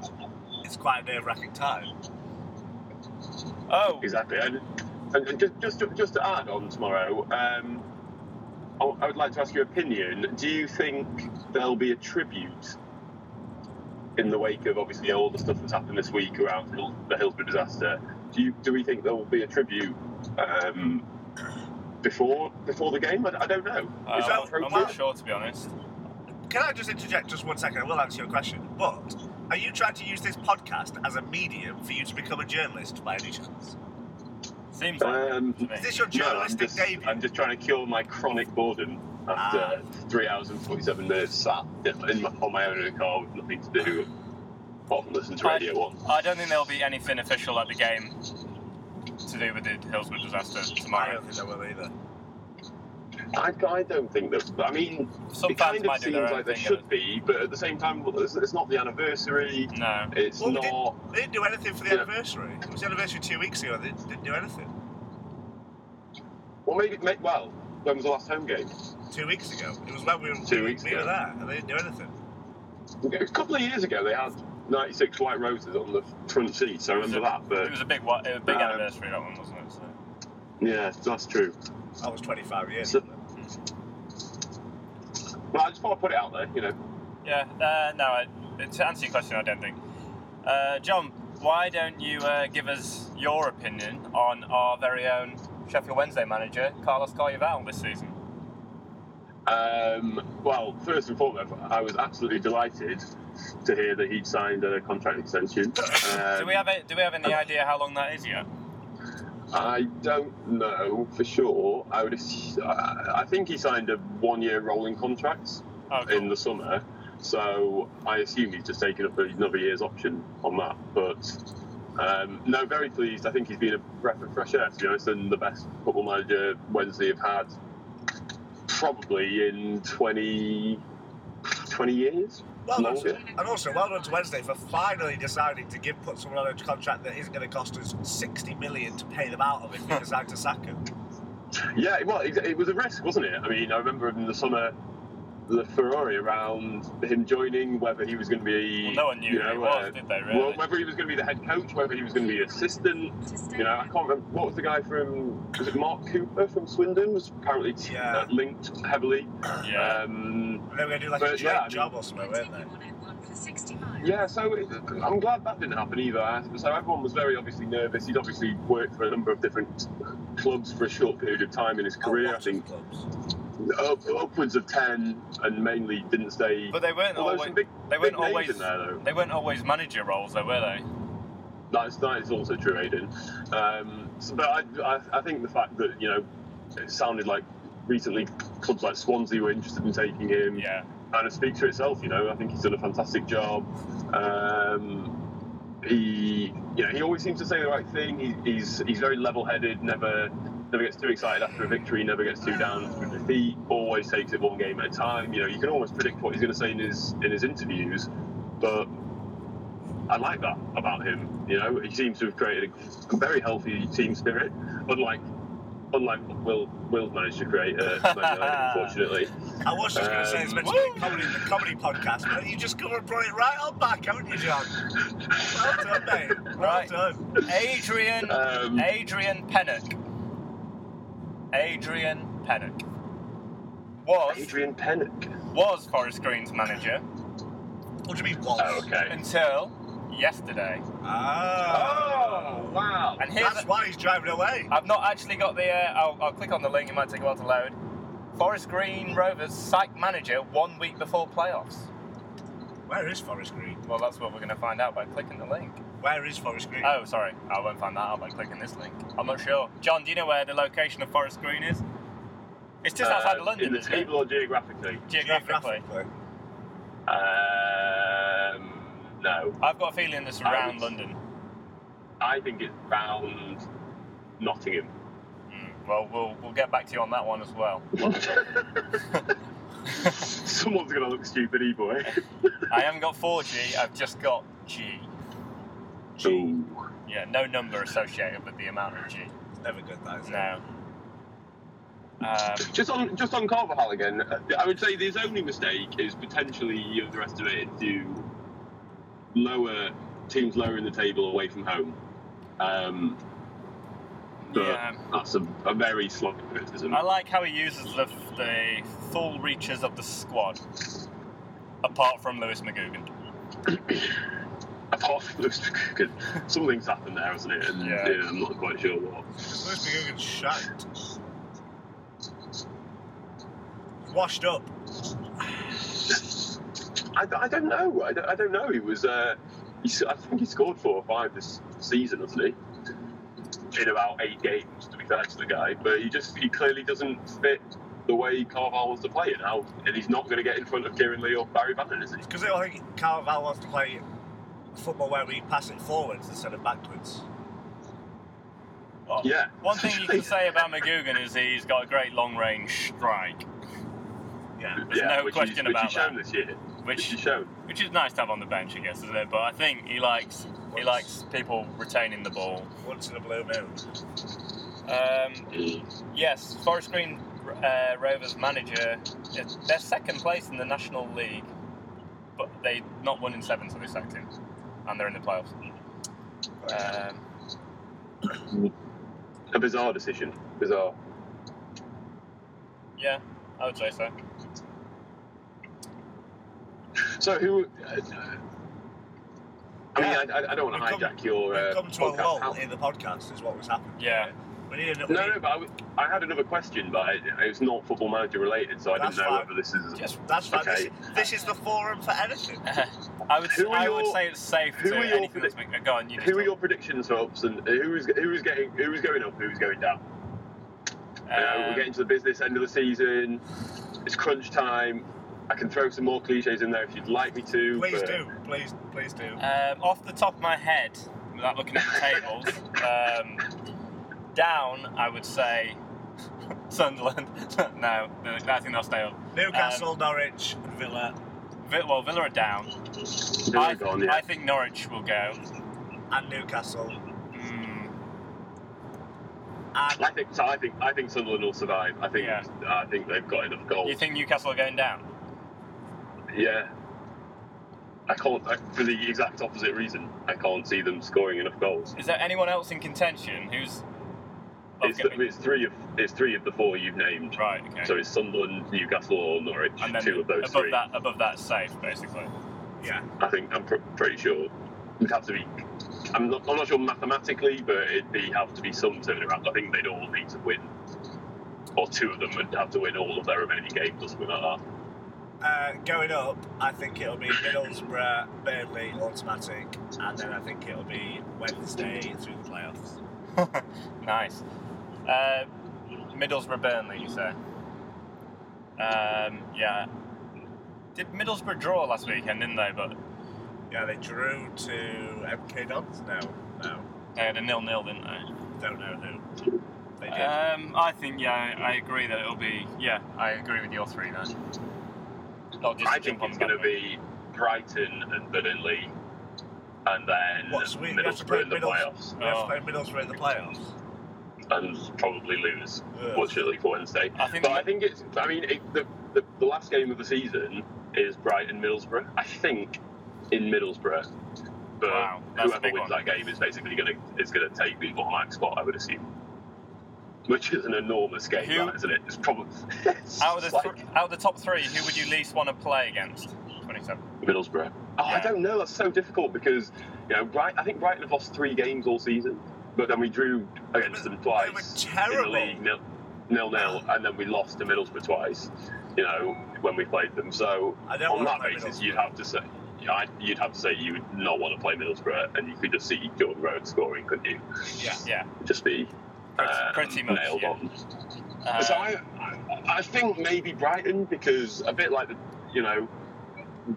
Speaker 1: it's quite a nerve-wracking time
Speaker 2: Oh,
Speaker 4: exactly. And, and and just just to, just to add on tomorrow. Um, I I would like to ask your opinion. Do you think there'll be a tribute in the wake of obviously all the stuff that's happened this week around Hill, the Hillsborough disaster? Do you do we think there will be a tribute um, before before the game? I, I don't know. Is that
Speaker 2: uh, I'm
Speaker 4: appropriate?
Speaker 2: not sure to be honest.
Speaker 1: can I just interject just one second I will answer your question but are you trying to use this podcast as a medium for you to become a journalist by any chance
Speaker 2: Seems like
Speaker 4: Um,
Speaker 2: it to me.
Speaker 1: is this your
Speaker 4: No, I'm
Speaker 1: journalistic
Speaker 4: just,
Speaker 1: debut
Speaker 4: I'm just trying to cure my chronic boredom after
Speaker 2: Ah.
Speaker 4: three hours and forty-seven minutes sat in my, on my own in a car with nothing to do. often listen to Radio One.
Speaker 2: I don't think there'll be anything official at the game to do with the Hillsborough disaster
Speaker 1: I
Speaker 2: tomorrow.
Speaker 1: don't think they will either.
Speaker 4: I, I don't think that. I mean,
Speaker 2: Some
Speaker 4: it
Speaker 2: fans
Speaker 4: kind of
Speaker 2: might do
Speaker 4: seems
Speaker 2: their own
Speaker 4: like there
Speaker 2: thing,
Speaker 4: should be, but at the same time, well, it's, it's not the anniversary.
Speaker 2: No.
Speaker 4: It's
Speaker 1: Well, we didn't-
Speaker 4: not.
Speaker 1: They didn't do anything for the
Speaker 4: Yeah.
Speaker 1: anniversary. It was the anniversary two weeks ago. They didn't do anything.
Speaker 4: Well, maybe. may- Well, when was the last home game?
Speaker 1: Two weeks ago. It was when we were,
Speaker 4: Two weeks
Speaker 1: we were
Speaker 4: ago.
Speaker 1: there and they didn't do anything.
Speaker 4: A couple of years ago, they had 96 white roses on the front seats. I
Speaker 2: It was
Speaker 4: remember that,
Speaker 2: a- It
Speaker 4: but
Speaker 2: was a big, wa- it was a big
Speaker 4: Um,
Speaker 2: anniversary that one, wasn't it? So.
Speaker 4: yeah, that's true.
Speaker 1: That was 25 years
Speaker 4: So-
Speaker 1: ago.
Speaker 4: Well, I just want to put it out there, you know.
Speaker 2: Yeah, uh, no, I, to answer your question, I don't think. Uh, John, why don't you uh, give us your opinion on our very own Sheffield Wednesday manager, Carlos Carvalho, this season?
Speaker 4: Um, well, first and foremost, I was absolutely delighted to hear that he'd signed a contract extension.
Speaker 2: do we
Speaker 4: Um,
Speaker 2: have a, do we have any idea how long that is yet?
Speaker 4: I don't know for sure. I would. ass- I I think he signed a one-year rolling contract
Speaker 2: Oh,
Speaker 4: in
Speaker 2: cool.
Speaker 4: the summer, so I assume he's just taken up another year's option on that. But um, no, very pleased. I think he's been a breath of fresh air, to be honest, and the best football manager Wednesday have had probably in 20, 20 years.
Speaker 1: Well done.
Speaker 4: Longer.
Speaker 1: And also, well done to Wednesday for finally deciding to give put someone on a contract that isn't going to cost us 60 million to pay them out of if we decide to sack him.
Speaker 4: Yeah, well, it, it was a risk, wasn't it? I mean, I remember in the summer, the Ferrari around him joining, whether he was going to be,
Speaker 2: Well, no one knew
Speaker 4: you
Speaker 2: who
Speaker 4: know,
Speaker 2: it was,
Speaker 4: uh,
Speaker 2: did they, really?
Speaker 4: well, whether he was going to be the head coach, whether he was going to be assistant. You know, I can't remember what was the guy from. Was it Mark Cooper from Swindon? Was apparently
Speaker 1: Yeah.
Speaker 4: uh, linked heavily.
Speaker 2: yeah.
Speaker 4: Um,
Speaker 1: And they were going to do like a
Speaker 4: But,
Speaker 1: joint
Speaker 4: yeah, I mean-
Speaker 1: job or something, weren't they?
Speaker 4: Yeah, so it, I'm glad that didn't happen either. So everyone was very obviously nervous. He'd obviously worked for a number of different clubs for a short period of time in his
Speaker 2: Oh,
Speaker 4: career. I
Speaker 1: Lots of
Speaker 4: think
Speaker 1: clubs.
Speaker 4: up, upwards of ten, and mainly didn't stay.
Speaker 2: But they weren't
Speaker 4: Although
Speaker 2: always
Speaker 4: some big,
Speaker 2: they
Speaker 4: big
Speaker 2: weren't
Speaker 4: names
Speaker 2: always
Speaker 4: in there though.
Speaker 2: they weren't always manager roles, though, were they?
Speaker 4: That's that is also true, Aiden. Um, so, but I, I, I think the fact that you know it sounded like recently clubs like Swansea were interested in taking him.
Speaker 2: Yeah.
Speaker 4: kind of speaks for itself. You know, I think he's done a fantastic job. Um, he, you know, he always seems to say the right thing. He, he's he's very level-headed. Never never gets too excited after a victory. Never gets too down after a defeat. Always takes it one game at a time. You know, you can almost predict what he's going to say in his in his interviews, but. I like that about him. You know, he seems to have created a very healthy team spirit, unlike unlike what Will Will's managed to create at Man United, unfortunately.
Speaker 1: I was just going to say it's meant to
Speaker 4: Um,
Speaker 1: be a comedy, a comedy podcast, but you just come and brought it right on back, haven't you, John? Well done, mate. Well
Speaker 2: Right.
Speaker 1: done.
Speaker 2: Adrian
Speaker 4: Um,
Speaker 2: Adrian Pennock. Adrian Pennock was
Speaker 4: Adrian Pennock.
Speaker 2: was Forest Green's manager
Speaker 1: What do you mean, was?
Speaker 4: Oh, okay.
Speaker 2: until yesterday. Oh,
Speaker 1: Ah.
Speaker 4: wow.
Speaker 2: And here's
Speaker 1: That's why he's driving away.
Speaker 2: I've not actually got the. Uh, I'll, I'll click on the link. It might take a while to load. Forest Green Rovers psych manager one week before playoffs.
Speaker 1: Where is Forest Green?
Speaker 2: Well, that's what we're going to find out by clicking the link.
Speaker 1: Where is Forest Green?
Speaker 2: Oh, sorry, I won't find that out by clicking this link. I'm not sure. John, do you know where the location of Forest Green is? It's just outside of London,
Speaker 4: Uh, In the
Speaker 2: isn't it?
Speaker 4: table or geographically?
Speaker 2: Geographically,
Speaker 4: Um, no.
Speaker 2: I've got a feeling it's
Speaker 4: I
Speaker 2: around
Speaker 4: would-
Speaker 2: London.
Speaker 4: I think it's round Nottingham.
Speaker 2: Mm, well, we'll we'll get back to you on that one as well.
Speaker 4: Someone's going to look stupid, e boy.
Speaker 2: I haven't got 4G. I've just got G. Yeah, no number associated with the amount of G.
Speaker 1: It's never good, that is it?
Speaker 2: No. Um,
Speaker 4: Just on just on Carvajal again, uh, I would say his only mistake is potentially he underestimated to lower teams lower in the table away from home. Um, but
Speaker 2: yeah.
Speaker 4: that's a, a very slight criticism.
Speaker 2: I like how he uses the, the full reaches of the squad, apart from Lewis McGugan.
Speaker 4: apart from Lewis McGugan, something's happened there, hasn't it? And
Speaker 2: Yeah.
Speaker 4: yeah. I'm not quite sure what.
Speaker 1: Lewis McGugan's shite. Washed up.
Speaker 4: I, I don't know. I don't, I don't know. He was. Uh, he, s- I think he scored four or five this season, hasn't he? In about eight games, to be fair to the guy, but he just he clearly doesn't fit the way Carval wants to play it now, and he's not going to get in front of Kieran Lee or Barry Bannon, is he?
Speaker 1: Because they all think Carval wants to play football where we pass it forwards instead of backwards.
Speaker 2: Well,
Speaker 4: Yeah.
Speaker 2: One thing you can say about McGugan is he's got a great long range strike,
Speaker 1: Yeah.
Speaker 2: There's no
Speaker 4: which
Speaker 2: question
Speaker 4: he's, which
Speaker 2: about
Speaker 4: he's shown this year. Which
Speaker 2: which
Speaker 4: he's shown.
Speaker 2: which is nice to have on the bench, I guess, isn't it? But I think he likes he likes people retaining the ball.
Speaker 1: Once in a blue moon.
Speaker 2: Um, Yes, Forest Green uh, Rovers manager. is- They're second place in the National League, but they not won in seven, so they sacked him, and they're in the playoffs. Um,
Speaker 4: A bizarre decision. Bizarre.
Speaker 2: yeah, I would say so.
Speaker 4: So who? Uh, I mean, I, I- I don't want
Speaker 1: We've
Speaker 4: to
Speaker 1: come-
Speaker 4: hijack your uh,
Speaker 1: We've come to a
Speaker 4: podcast
Speaker 1: lull
Speaker 4: out.
Speaker 1: in the podcast, is what was happening.
Speaker 2: Yeah.
Speaker 1: We need a, we
Speaker 4: No,
Speaker 1: need-
Speaker 4: no, but I, w- I had another question, but it, it's not football manager related, so I
Speaker 1: That's
Speaker 4: didn't know
Speaker 1: fine.
Speaker 4: whether this is.
Speaker 2: Just
Speaker 1: That's fine.
Speaker 4: Okay.
Speaker 1: This, this is the forum for anything.
Speaker 2: I would
Speaker 4: Who are
Speaker 2: I would
Speaker 4: your-
Speaker 2: say it's safe
Speaker 4: who
Speaker 2: to
Speaker 4: are your
Speaker 2: anything that's been, go on. You
Speaker 4: Who are
Speaker 2: just-
Speaker 4: your predictions for ups and who's who's getting who's going up, who's going down? You know,
Speaker 1: Uh,
Speaker 2: um,
Speaker 4: we're getting to the business end of the season. It's crunch time. I can throw some more cliches in there if you'd like me to.
Speaker 1: Please
Speaker 4: but-
Speaker 1: do. Please, please do.
Speaker 2: um, off the top of my head, without looking at the tables, um, down I would say Sunderland. no, no, I think they'll stay up.
Speaker 4: Um,
Speaker 1: Newcastle, Norwich, and Villa,
Speaker 2: Vi- well, Villa are down.
Speaker 4: There
Speaker 2: I,
Speaker 4: we go, yeah.
Speaker 2: I think Norwich will go.
Speaker 1: and Newcastle,
Speaker 2: Mm,
Speaker 1: and
Speaker 4: I think so. I think I think Sunderland will survive. I think
Speaker 2: Yeah.
Speaker 4: I think they've got enough goals.
Speaker 2: you think Newcastle are going down?
Speaker 4: yeah. I can't I, for the exact opposite reason. I can't see them scoring enough goals.
Speaker 2: Is there anyone else in contention who's? Oh,
Speaker 4: It's,
Speaker 2: gonna be-
Speaker 4: it's three of it's three of the four you've named.
Speaker 2: right. Okay.
Speaker 4: So it's Sunderland, Newcastle, or Norwich.
Speaker 2: and then
Speaker 4: two of those
Speaker 2: above
Speaker 4: three.
Speaker 2: that, above that, safe basically.
Speaker 1: yeah,
Speaker 4: I think I'm pr- pretty sure it'd have to be. I'm not, I'm not sure mathematically, but it'd be have to be some turnaround. I think they'd all need to win, or two of them would have to win all of their remaining games or something like that.
Speaker 1: uh, going up, I think it'll be Middlesbrough, Burnley, automatic, and then I think it'll be Wednesday through the playoffs.
Speaker 2: nice. Uh, Middlesbrough, Burnley. You say? Um, yeah. Did Middlesbrough draw last weekend? Didn't they? But
Speaker 1: Yeah, they drew to MK Dons. No, no,
Speaker 2: they had a nil-nil, didn't they?
Speaker 1: don't know who. They did.
Speaker 4: Uh,
Speaker 2: Um, I think yeah, I agree that it'll be yeah. I agree with your three then. Not just
Speaker 4: I
Speaker 2: jump
Speaker 4: think
Speaker 2: on
Speaker 4: it's
Speaker 2: the
Speaker 4: going to
Speaker 2: bandwagon.
Speaker 4: be Brighton and Burnley, and then
Speaker 1: What, so we- we have to play
Speaker 4: Middlesbrough in the
Speaker 1: Middles-
Speaker 4: playoffs,
Speaker 1: we have to play Middlesbrough in the playoffs.
Speaker 4: and probably lose.
Speaker 1: Ugh.
Speaker 4: Fortunately for Wednesday,
Speaker 2: I think
Speaker 4: but I think it's. I mean, it, the, the the last game of the season is Brighton Middlesbrough. I think in Middlesbrough, but
Speaker 2: Wow, that's a
Speaker 4: whoever
Speaker 2: big
Speaker 4: wins
Speaker 2: one.
Speaker 4: that game is basically going to is going to take the automatic spot. I would assume, which is an enormous game,
Speaker 2: Who-
Speaker 4: that, isn't it? It's probably it's
Speaker 2: out of the
Speaker 4: like
Speaker 2: thr- out of the top three, who would you least want to play against? Twenty-seven.
Speaker 4: Middlesbrough. Oh, I
Speaker 2: Yeah.
Speaker 4: don't know. That's so difficult because you know, Bright, I think Brighton have lost three games all season, but then we drew against them twice.
Speaker 1: They were
Speaker 4: in the
Speaker 1: terrible.
Speaker 4: league, nil, nil nil, and then we lost to Middlesbrough twice. You know when we played them. So
Speaker 1: I don't
Speaker 4: on
Speaker 1: want to
Speaker 4: that
Speaker 1: play
Speaker 4: basis,
Speaker 1: Middlesbrough.
Speaker 4: you'd have to say yeah, I- you'd have to say you would not want to play Middlesbrough, and you could just see Jordan Road scoring, couldn't you?
Speaker 1: Yeah.
Speaker 2: Yeah,
Speaker 4: It'd Just be
Speaker 2: Pretty-
Speaker 4: um,
Speaker 2: pretty much,
Speaker 4: nailed
Speaker 2: yeah.
Speaker 4: on.
Speaker 2: Uh,
Speaker 4: So I, I, I think maybe Brighton because a bit like the, you know,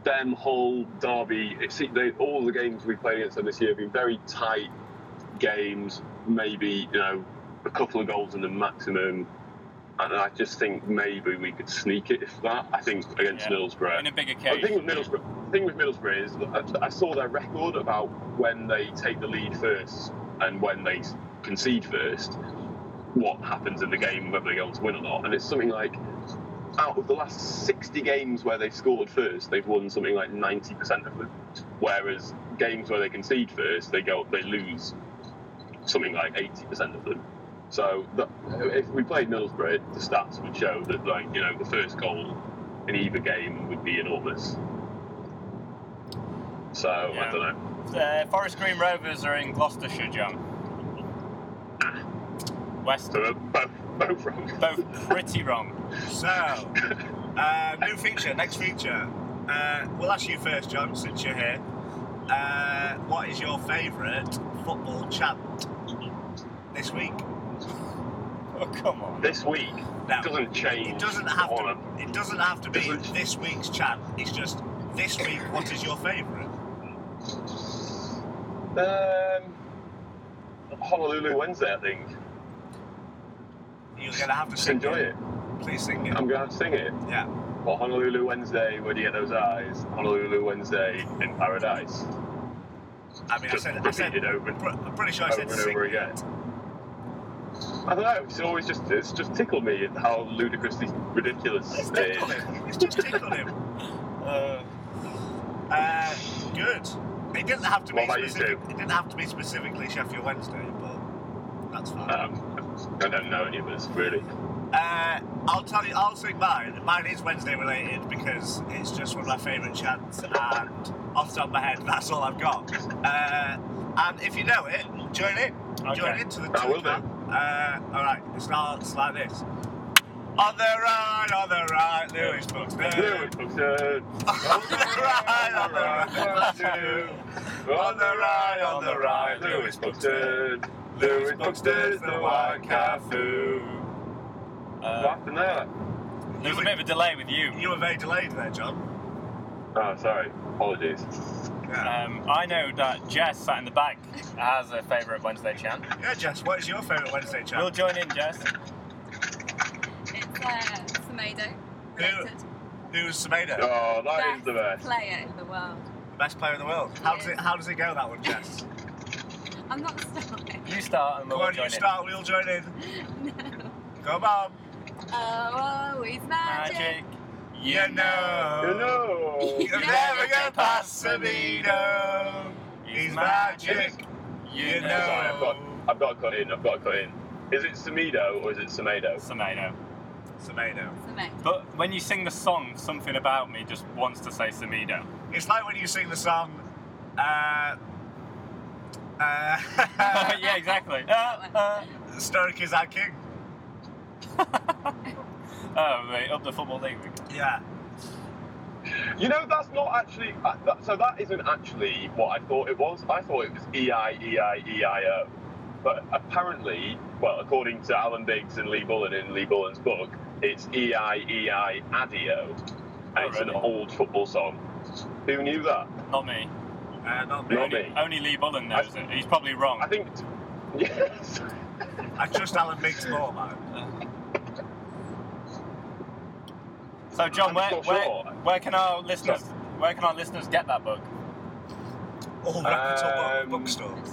Speaker 4: them Hull Derby. It's, they, all the games we played against them this year have been very tight games. Maybe you know a couple of goals in the maximum. And I just think maybe we could sneak it if that. I think against
Speaker 2: Yeah.
Speaker 4: Middlesbrough.
Speaker 2: in a big
Speaker 4: The thing with
Speaker 2: occasion.
Speaker 4: Middlesbrough, the thing with Middlesbrough is that I I saw their record about when they take the lead first and when they s- concede first, what happens in the game, whether they go on to win or not. And it's something like out of the last 60 games where they've scored first, they've won something like 90% of them. Whereas games where they concede first, they go they lose something like 80% of them. So that, if we played Middlesbrough, the stats would show that like you know the first goal in either game would be enormous. So
Speaker 2: Yeah.
Speaker 4: I don't know.
Speaker 2: Uh, Forest Green Rovers are in Gloucestershire, John. West,
Speaker 4: So we're both both wrong.
Speaker 2: both pretty wrong.
Speaker 1: So, uh, new feature, next feature. Uh, we'll ask you first, John, since you're here. Uh, what is your favourite football chant this week?
Speaker 2: Oh come on.
Speaker 4: This week
Speaker 1: Now,
Speaker 4: doesn't change.
Speaker 1: it doesn't have to.
Speaker 4: on
Speaker 1: It doesn't have to be
Speaker 4: Doesn't-
Speaker 1: this week's chant. It's just this week. What is your favourite?
Speaker 4: a- Um, Honolulu Wednesday, I think.
Speaker 1: You're going to have to
Speaker 4: Just
Speaker 1: sing
Speaker 4: enjoy it.
Speaker 1: Please sing it.
Speaker 4: I'm gonna have to sing it.
Speaker 1: Yeah.
Speaker 4: Well, Honolulu Wednesday, where do you get those eyes? Honolulu Wednesday in paradise.
Speaker 1: I mean, I
Speaker 4: Just
Speaker 1: said, I
Speaker 4: repeat
Speaker 1: said,
Speaker 4: it over,
Speaker 1: pr- I'm pretty sure I
Speaker 4: over
Speaker 1: said
Speaker 4: and
Speaker 1: sing
Speaker 4: over again. I don't know. It's always just it's just tickled me at how ludicrously ridiculous
Speaker 1: It's
Speaker 4: it
Speaker 1: tickled
Speaker 4: is.
Speaker 1: him. It's just tickled him.
Speaker 2: Uh,
Speaker 1: Uh, good. It didn't have to
Speaker 4: What
Speaker 1: be
Speaker 4: about you
Speaker 1: specific. It didn't have to be specifically Sheffield Wednesday, but that's fine.
Speaker 4: Um, I don't know any of us really.
Speaker 1: Uh, I'll tell you. I'll sing mine. Mine is Wednesday related because it's just one of my favourite chants, and off the top of my head, that's all I've got. Uh, and if you know it, join in. Join
Speaker 2: Okay.
Speaker 1: in to the. to
Speaker 4: I
Speaker 1: the
Speaker 4: will do.
Speaker 1: chat. Uh, all right. It starts like this. On the right, on the right, Lewis Buxton.
Speaker 4: Lewis Buxton.
Speaker 1: On the right, on the right, Buxton.
Speaker 4: On the right, on the right, Lewis Buxton. Lewis Buxton's the white cat food.
Speaker 2: uh,
Speaker 4: What that?
Speaker 2: there was a bit of a delay with you.
Speaker 1: You were very delayed there, John.
Speaker 4: Oh, sorry. Apologies. Uh.
Speaker 1: Yeah.
Speaker 2: Um, I know that Jess sat in the back has a favourite Wednesday chant.
Speaker 1: Yeah, Jess, what is your favourite Wednesday
Speaker 2: We'll
Speaker 1: chant?
Speaker 2: join in, Jess.
Speaker 3: It's uh, Samedo. Related.
Speaker 1: Who's Semedo?
Speaker 4: Oh, that is the
Speaker 3: best
Speaker 4: best.
Speaker 3: player in the world.
Speaker 1: Best player in the world. How does it how does it go that one, Jess?
Speaker 3: I'm not starting.
Speaker 2: You start and
Speaker 1: Come
Speaker 2: we'll
Speaker 1: on,
Speaker 2: join
Speaker 1: you start, we'll join in. Come on.
Speaker 3: Oh, oh, he's
Speaker 2: in.
Speaker 3: magic.
Speaker 2: Magic.
Speaker 1: You know.
Speaker 4: You know.
Speaker 1: You're never gonna pass Semedo. He's magic. You
Speaker 2: know.
Speaker 4: Sorry, I've got,
Speaker 1: know.
Speaker 4: I've got to cut in. I've got to cut in. Is it Semedo or is it Semedo?
Speaker 2: Samedo.
Speaker 1: Semedo.
Speaker 3: Samedo.
Speaker 2: But when you sing the song, something about me just wants to say Samedo.
Speaker 1: It's like when you sing the song. Uh, uh,
Speaker 2: yeah, exactly. Uh, uh.
Speaker 1: Stoke is our king.
Speaker 2: Oh, mate, up the football league.
Speaker 1: Yeah.
Speaker 4: You know, that's not actually. uh, that- So that isn't actually what I thought it was. I thought it was E I E I E I O. But apparently, well, according to Alan Biggs and Lee Bullen in Lee Bullen's book, it's E I E I Adio. And it's an
Speaker 2: Alright.
Speaker 4: old football song. Who knew that?
Speaker 2: Not me.
Speaker 1: Uh, not me.
Speaker 4: Not
Speaker 2: Only,
Speaker 4: me.
Speaker 2: only Lee Bullen knows it. He's probably wrong.
Speaker 4: I think. it's- Yes.
Speaker 1: I trust Alan Biggs more, man.
Speaker 2: So, John,
Speaker 4: I'm
Speaker 2: where,
Speaker 4: not
Speaker 2: where,
Speaker 4: sure.
Speaker 2: where can our listeners where can our listeners get that book?
Speaker 1: All reputable
Speaker 4: Um,
Speaker 1: bookstore.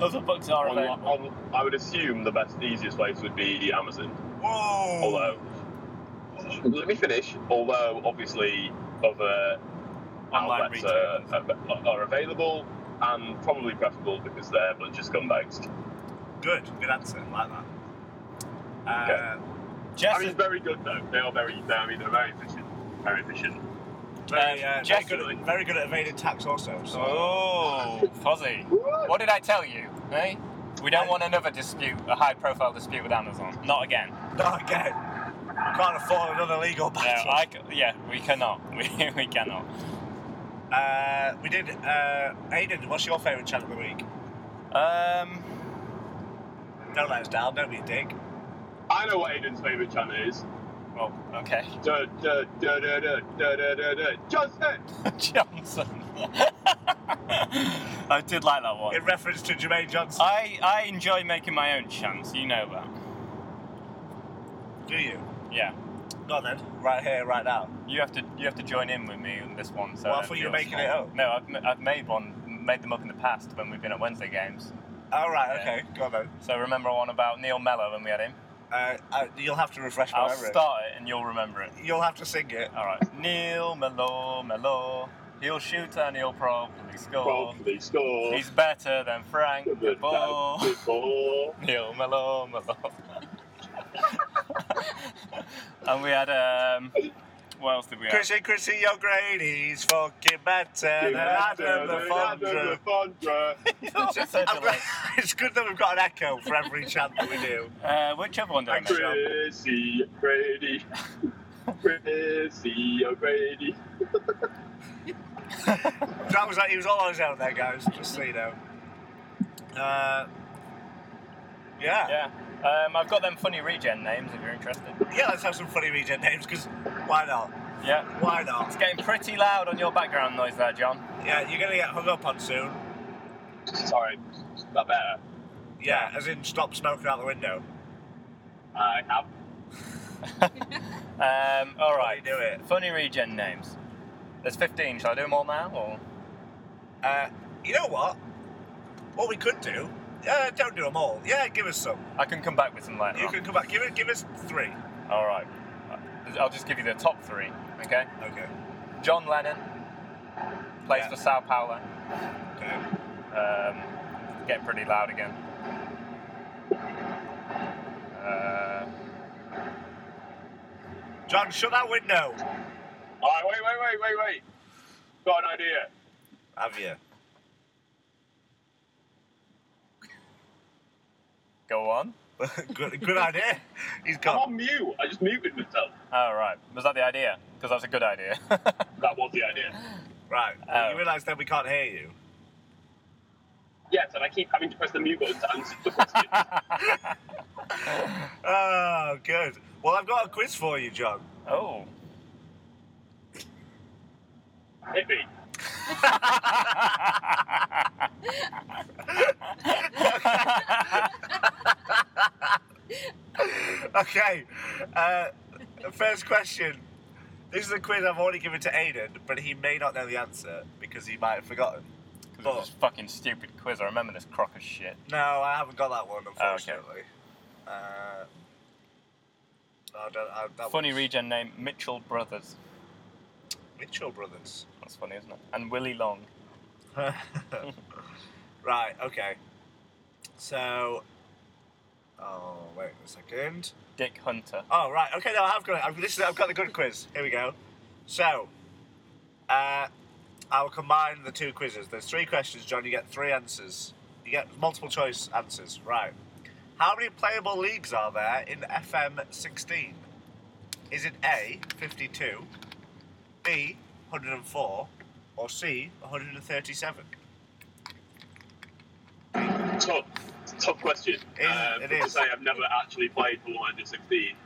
Speaker 2: Other books are
Speaker 4: On,
Speaker 2: available.
Speaker 4: on, I would assume the best, the easiest place would be Amazon.
Speaker 1: Whoa!
Speaker 4: although let me finish although obviously other
Speaker 2: Online
Speaker 4: outlets are, are, are available and probably preferable because they're a bunch of scumbags
Speaker 1: Good, good answer. Like that. Uh,
Speaker 4: Okay.
Speaker 2: Jess,
Speaker 4: Oh, I mean
Speaker 2: is-
Speaker 4: very good though they are very they, I mean they're very efficient very efficient
Speaker 1: Very,
Speaker 2: Uh,
Speaker 1: uh, very,
Speaker 2: Jess-
Speaker 1: good at, very good at evading tax, also. So.
Speaker 2: oh, fuzzy. What did I tell you? Eh? We don't want another dispute, a high-profile dispute with Amazon. Not again.
Speaker 1: Not again. Can't afford another legal
Speaker 2: No,
Speaker 1: battle.
Speaker 2: I c- yeah, we cannot. We, we cannot.
Speaker 1: uh, we did. Uh, Aiden, what's your favourite chant of the week?
Speaker 2: Um,
Speaker 1: Don't let us down, don't be a dick.
Speaker 4: I know what Aidan's favourite channel is
Speaker 2: well, okay.
Speaker 4: da, da, da, da, da, da, da, da, da. Justin
Speaker 2: Johnson. I did like that one.
Speaker 1: In reference to Jermaine Johnson.
Speaker 2: I, I enjoy making my own chants, you know that.
Speaker 1: Uh, Do you?
Speaker 2: Yeah.
Speaker 1: Go on then. Right here, right now.
Speaker 2: You have to you have to join in with me on this one. So
Speaker 1: Well, I
Speaker 2: don't
Speaker 1: thought you were
Speaker 2: feel
Speaker 1: making it
Speaker 2: small.
Speaker 1: up.
Speaker 2: No, I've, m- I've made one, made them up in the past when we've been at Wednesday games.
Speaker 1: All right,
Speaker 2: Yeah.
Speaker 1: okay. Go on then.
Speaker 2: So remember one about Neil Mello when we had him.
Speaker 1: Uh, uh, you'll have to refresh my
Speaker 2: I'll
Speaker 1: memory.
Speaker 2: start it and you'll remember it.
Speaker 1: You'll have to sing it.
Speaker 2: All right, Neil Mello, Mello. He'll shoot and he'll probably score.
Speaker 4: probably score
Speaker 2: He's better than Frank de Boer.
Speaker 4: ball
Speaker 2: Neil Mello, Mello. and we had um, what else did we have?
Speaker 1: Chrissy, Chrissy O'Grady's fucking better than Adam the Fondra.
Speaker 2: It's just so
Speaker 1: I'm glad-
Speaker 2: delightful.
Speaker 1: it's good that we've got an echo for every chant that we do.
Speaker 2: Uh, which other one did I
Speaker 1: Thanks,
Speaker 2: mention?
Speaker 1: Rob.
Speaker 4: Crazy Brady. Crazy oh, Brady.
Speaker 1: That was like he was all on his own there, guys. Just so you know. Uh, yeah. yeah,
Speaker 2: Yeah. Um, I've got them funny regen names if you're interested.
Speaker 1: Let's have some funny regen names because why not?
Speaker 2: Yeah.
Speaker 1: Why not?
Speaker 2: It's getting pretty loud on your background noise there, John.
Speaker 1: Yeah, you're gonna get hung up on soon.
Speaker 4: Sorry, is that better?
Speaker 1: Yeah, as in stop smoking out the window.
Speaker 4: I have.
Speaker 2: Um, all
Speaker 1: How do you
Speaker 2: right.
Speaker 1: do it?
Speaker 2: Funny regen names. There's 15. Shall I do them all now? Or
Speaker 1: Uh, you know what? What we could do? Uh, don't do them all. Yeah, give us some.
Speaker 2: I can come back with some later.
Speaker 1: You
Speaker 2: on.
Speaker 1: can come back. Give it. Give us three.
Speaker 2: All right. Uh, I'll just give you the top three. Okay.
Speaker 1: Okay.
Speaker 2: John Lennon plays
Speaker 1: Yeah.
Speaker 2: for Sao Paulo.
Speaker 1: Okay.
Speaker 2: Um, getting pretty loud again. Uh,
Speaker 1: John, shut that window.
Speaker 4: All right, wait, wait, wait, wait, wait. Got an idea.
Speaker 1: Have you?
Speaker 2: go on.
Speaker 1: good, good idea. He's
Speaker 4: I'm
Speaker 1: gone.
Speaker 4: on mute. I just muted myself.
Speaker 2: All Oh, right. Was that the idea? Because that's a good idea.
Speaker 4: That was the idea.
Speaker 1: Right.
Speaker 2: Oh.
Speaker 1: You realise then we can't hear you.
Speaker 4: Yes, and I keep having to press the mute button to answer the question.
Speaker 1: Oh, good. Well, I've got a quiz for you, John.
Speaker 2: oh.
Speaker 4: Hit me.
Speaker 1: Okay. Uh, first question. This is a quiz I've already given to Aiden, but he may not know the answer because he might have forgotten.
Speaker 2: Because this fucking stupid quiz. I remember this crock of shit.
Speaker 1: No, I haven't got that one,
Speaker 2: Oh, okay.
Speaker 1: unfortunately. Uh, I don't, I, that
Speaker 2: Funny
Speaker 1: one's
Speaker 2: regen name Mitchell Brothers.
Speaker 1: Mitchell Brothers.
Speaker 2: That's funny, isn't it? And Willie Long.
Speaker 1: right, okay. So. Oh, wait a second.
Speaker 2: Dick Hunter.
Speaker 1: Oh right, okay. No, I've got it. I've, this is, I've got the good quiz. Here we go. So, uh, I'll combine the two quizzes. There's three questions, John. You get three answers. You get multiple choice answers. Right. How many playable leagues are there in FM 16? Is it A 52, B 104, or C 137?
Speaker 4: Tough, tough question.
Speaker 1: It is-
Speaker 4: um,
Speaker 1: it
Speaker 4: because
Speaker 1: is.
Speaker 4: I have never actually played for one under 16. Eh,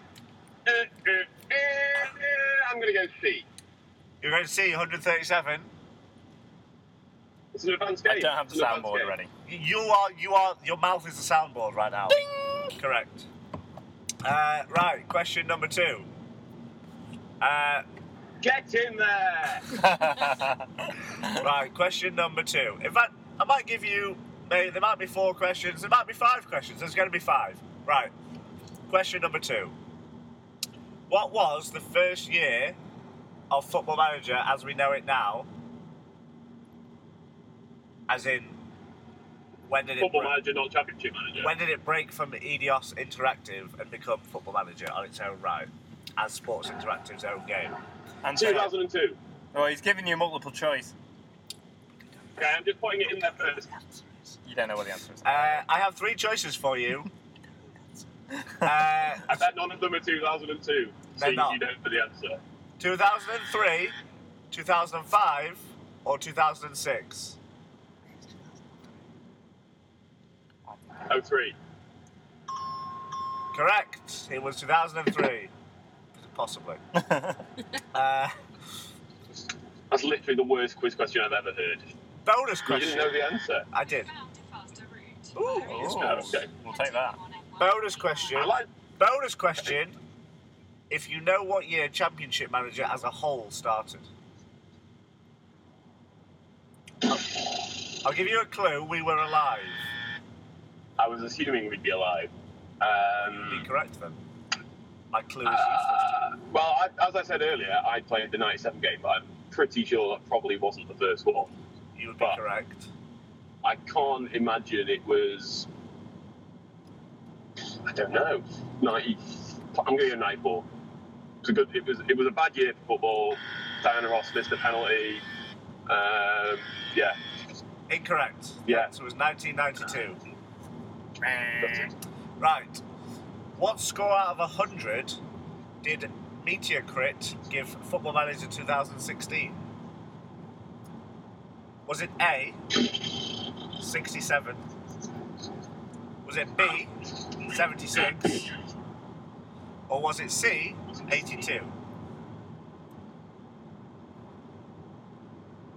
Speaker 4: eh, eh, eh, I'm going to go C.
Speaker 1: You're going to see 137.
Speaker 4: It's an advanced game.
Speaker 2: I don't have the
Speaker 4: It's an advanced
Speaker 2: soundboard
Speaker 4: game.
Speaker 2: ready.
Speaker 1: You are, you are, your mouth is the soundboard right now. Correct. Uh, right, question number two. Uh,
Speaker 4: Get in there!
Speaker 1: right, question number two. In fact, I might give you, may- there might be four questions, there might be five questions, there's going to be five. Right, question number two. What was the first year of Football Manager as we know it now? As in, when did it
Speaker 4: Football
Speaker 1: break-
Speaker 4: manager, not championship manager.
Speaker 1: When did it break from EDOS Interactive and become Football Manager on its own right, as Sports Interactive's own game?
Speaker 2: Answer.
Speaker 4: 2002.
Speaker 2: Well, he's giving you multiple choice.
Speaker 4: Okay, I'm just putting it in there first.
Speaker 2: You don't know what the answer is.
Speaker 1: Uh, I have three choices for you. Uh,
Speaker 4: I bet none of them are 2002. So
Speaker 1: They're
Speaker 4: you
Speaker 1: not.
Speaker 4: you know for the answer.
Speaker 1: 2003, 2005, or 2006?
Speaker 4: Oh three.
Speaker 1: Correct. It was 2003. Possibly. Uh,
Speaker 4: That's literally the worst quiz question I've ever heard.
Speaker 1: bonus
Speaker 4: You didn't
Speaker 1: question.
Speaker 4: know the ansner.
Speaker 1: I did.
Speaker 3: Found a faster route.
Speaker 1: Ooh.
Speaker 3: There is
Speaker 2: Ooh,
Speaker 4: Oh, okay.
Speaker 2: We'll take that.
Speaker 1: Bonus question.
Speaker 4: I like.
Speaker 1: Bonus question. If you know what year Championship Manager as a whole started. I'll give you a clue. We were alive.
Speaker 4: I was assuming we'd be alive.
Speaker 1: Be
Speaker 4: Um,
Speaker 1: correct then. My clue is useless.
Speaker 4: uh, well, I, as I said earlier, I played the '97 game, but I'm pretty sure that probably wasn't the first one.
Speaker 1: You would be
Speaker 4: but-
Speaker 1: correct.
Speaker 4: I can't imagine it was. I don't know. Ninety. I'm going to go ninety-four. It's a good. It was. It was a bad year for football. Diana Ross missed a penalty. Um, yeah.
Speaker 1: Incorrect.
Speaker 4: Yeah.
Speaker 1: So it was 1992. Right. What score out of 100 did Meteor Crit give Football Manager 2016? Was it A, 67? Was it B, 76? Or was it C, 82?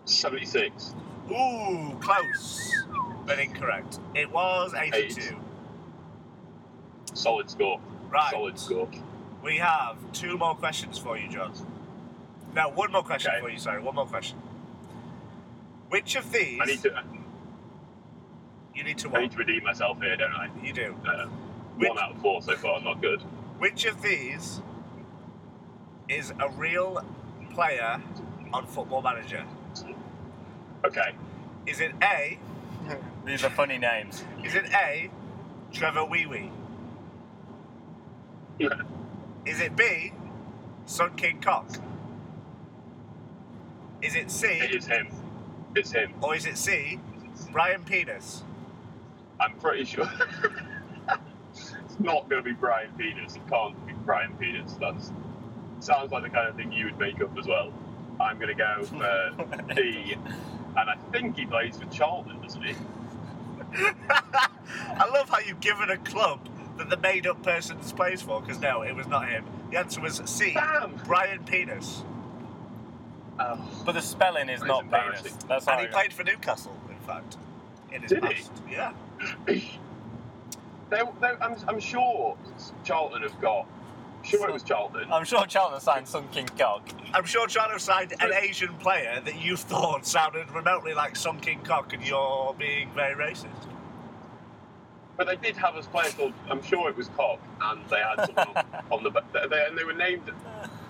Speaker 4: Seventy-six.
Speaker 1: Ooh, close. been incorrect. It was 82.
Speaker 4: Eight. Solid score.
Speaker 1: Right.
Speaker 4: Solid score.
Speaker 1: We have two more questions for you, John. No, one more question
Speaker 4: Okay.
Speaker 1: for you, sorry. One more question. Which of these
Speaker 4: I need to.
Speaker 1: you need to
Speaker 4: I
Speaker 1: watch?
Speaker 4: need to redeem myself here, don't I?
Speaker 1: You do.
Speaker 4: Uh,
Speaker 1: Which-
Speaker 4: one out of four so far, not good.
Speaker 1: Which of these is a real player on Football Manager?
Speaker 4: Okay.
Speaker 1: Is it A?
Speaker 2: These are funny names.
Speaker 1: Is it A? Trevor Wee Wee. Is it B? Sun King Cock. Is it
Speaker 4: It
Speaker 1: C?
Speaker 4: is him. It's him.
Speaker 1: Or is it C? Brian Penis.
Speaker 4: I'm pretty sure. it's not going to be Brian Peters. It can't be Brian Peters. That's sounds like the kind of thing you would make up as well. I'm going to go for D, and I think he plays for Charlton, doesn't he?
Speaker 1: I love how you've given a club that the made up person plays for, because no, it was not him. The answer was C.
Speaker 4: Bam!
Speaker 1: Brian Penis.
Speaker 4: Oh,
Speaker 2: But the spelling is
Speaker 4: That's
Speaker 2: not penis.
Speaker 4: embarrassing.
Speaker 2: That's
Speaker 1: And
Speaker 2: how
Speaker 1: he
Speaker 2: I-
Speaker 1: played for Newcastle, in fact. In his
Speaker 4: Did he?
Speaker 1: past. Yeah.
Speaker 4: they, they, I'm, I'm sure Charlton have got. Sure, it was Charlton.
Speaker 2: I'm sure Charlton signed some King Cock.
Speaker 1: I'm sure trying to find an Asian player that you thought sounded remotely like Sun King Cock and you're being very racist.
Speaker 4: But they did have a player called, I'm sure it was Cobb, and they had someone on the bench. They, and they were named,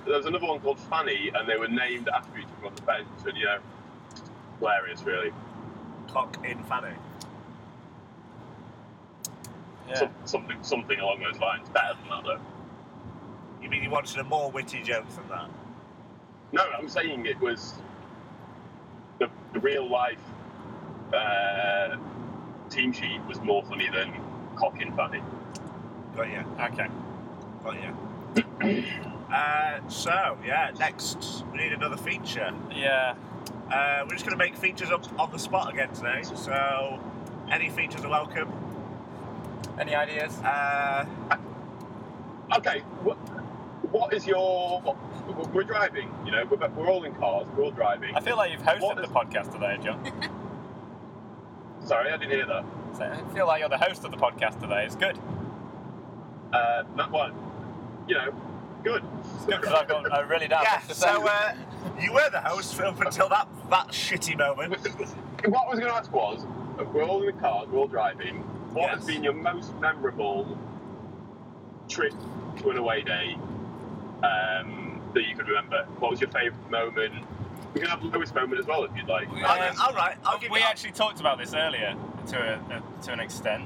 Speaker 4: there was another one called Fanny, and they were named after each other on the bench. And, you know, hilarious, really.
Speaker 1: Cock in Fanny.
Speaker 2: Yeah.
Speaker 4: Some, something something along those lines. Better than that, though.
Speaker 1: You mean you wanted a more witty joke than that?
Speaker 4: No, I'm saying it was the, the real life uh, team sheet was more funny than Cock and Fanny.
Speaker 1: Got ya,
Speaker 2: Okay.
Speaker 1: got ya. uh, so, yeah, next, we need another feature.
Speaker 2: Yeah.
Speaker 1: Uh, we're just going to make features up on the spot again today, so any features are welcome.
Speaker 2: Any ideas?
Speaker 1: Uh,
Speaker 4: Okay, what, what is your. We're driving, you know, we're, we're all in cars, we're all driving.
Speaker 2: I feel like you've
Speaker 4: What
Speaker 2: hosted the
Speaker 4: is-
Speaker 2: podcast today, John.
Speaker 4: Sorry, I didn't hear that.
Speaker 2: So I feel like you're the host of the podcast today. It's good.
Speaker 4: Uh, that one, you know, good.
Speaker 2: It's good because I've got I really don't.
Speaker 1: yeah,
Speaker 2: have much to say.
Speaker 1: so uh, you were the host up until that, that shitty moment.
Speaker 4: what I was going to ask was, we're all in the car, we're all driving. What has
Speaker 1: Yes.
Speaker 4: been your most memorable trip to an away day um, that you can remember? What was your favourite moment? We can have the lowest moment as well if you'd like. Um,
Speaker 2: We-
Speaker 1: All
Speaker 2: Yeah.
Speaker 1: right, all right, I'll give
Speaker 2: Uh, we
Speaker 1: you
Speaker 2: actually talked about this earlier to a, a, to an extent.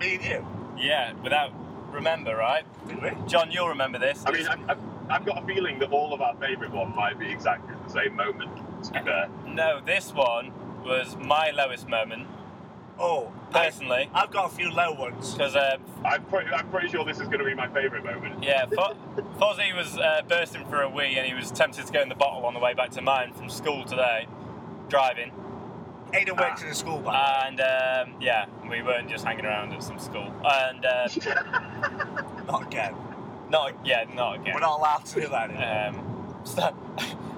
Speaker 1: me and you,
Speaker 2: Yeah, without remember, right?
Speaker 1: did we?
Speaker 2: John, you'll remember this.
Speaker 4: I mean, I, I've, I've got a feeling that all of our favourite one might be exactly the same moment. To be fair.
Speaker 2: no, this one was my lowest moment
Speaker 1: Oh, I,
Speaker 2: personally
Speaker 1: I've got a few low ones.
Speaker 2: because uh,
Speaker 4: I'm, pretty, I'm pretty sure this is going to be my favourite moment.
Speaker 2: yeah, Fo- Fozzie was uh, bursting for a wee and he was tempted to go in the bottle on the way back to mine from school today, driving.
Speaker 1: Aiden
Speaker 2: Ah.
Speaker 1: works in a school bar.
Speaker 2: And um, yeah, we weren't just hanging around at some school. And uh,
Speaker 1: not again.
Speaker 2: not yeah, not again.
Speaker 1: We're not allowed to do that anymore.
Speaker 2: Um, so,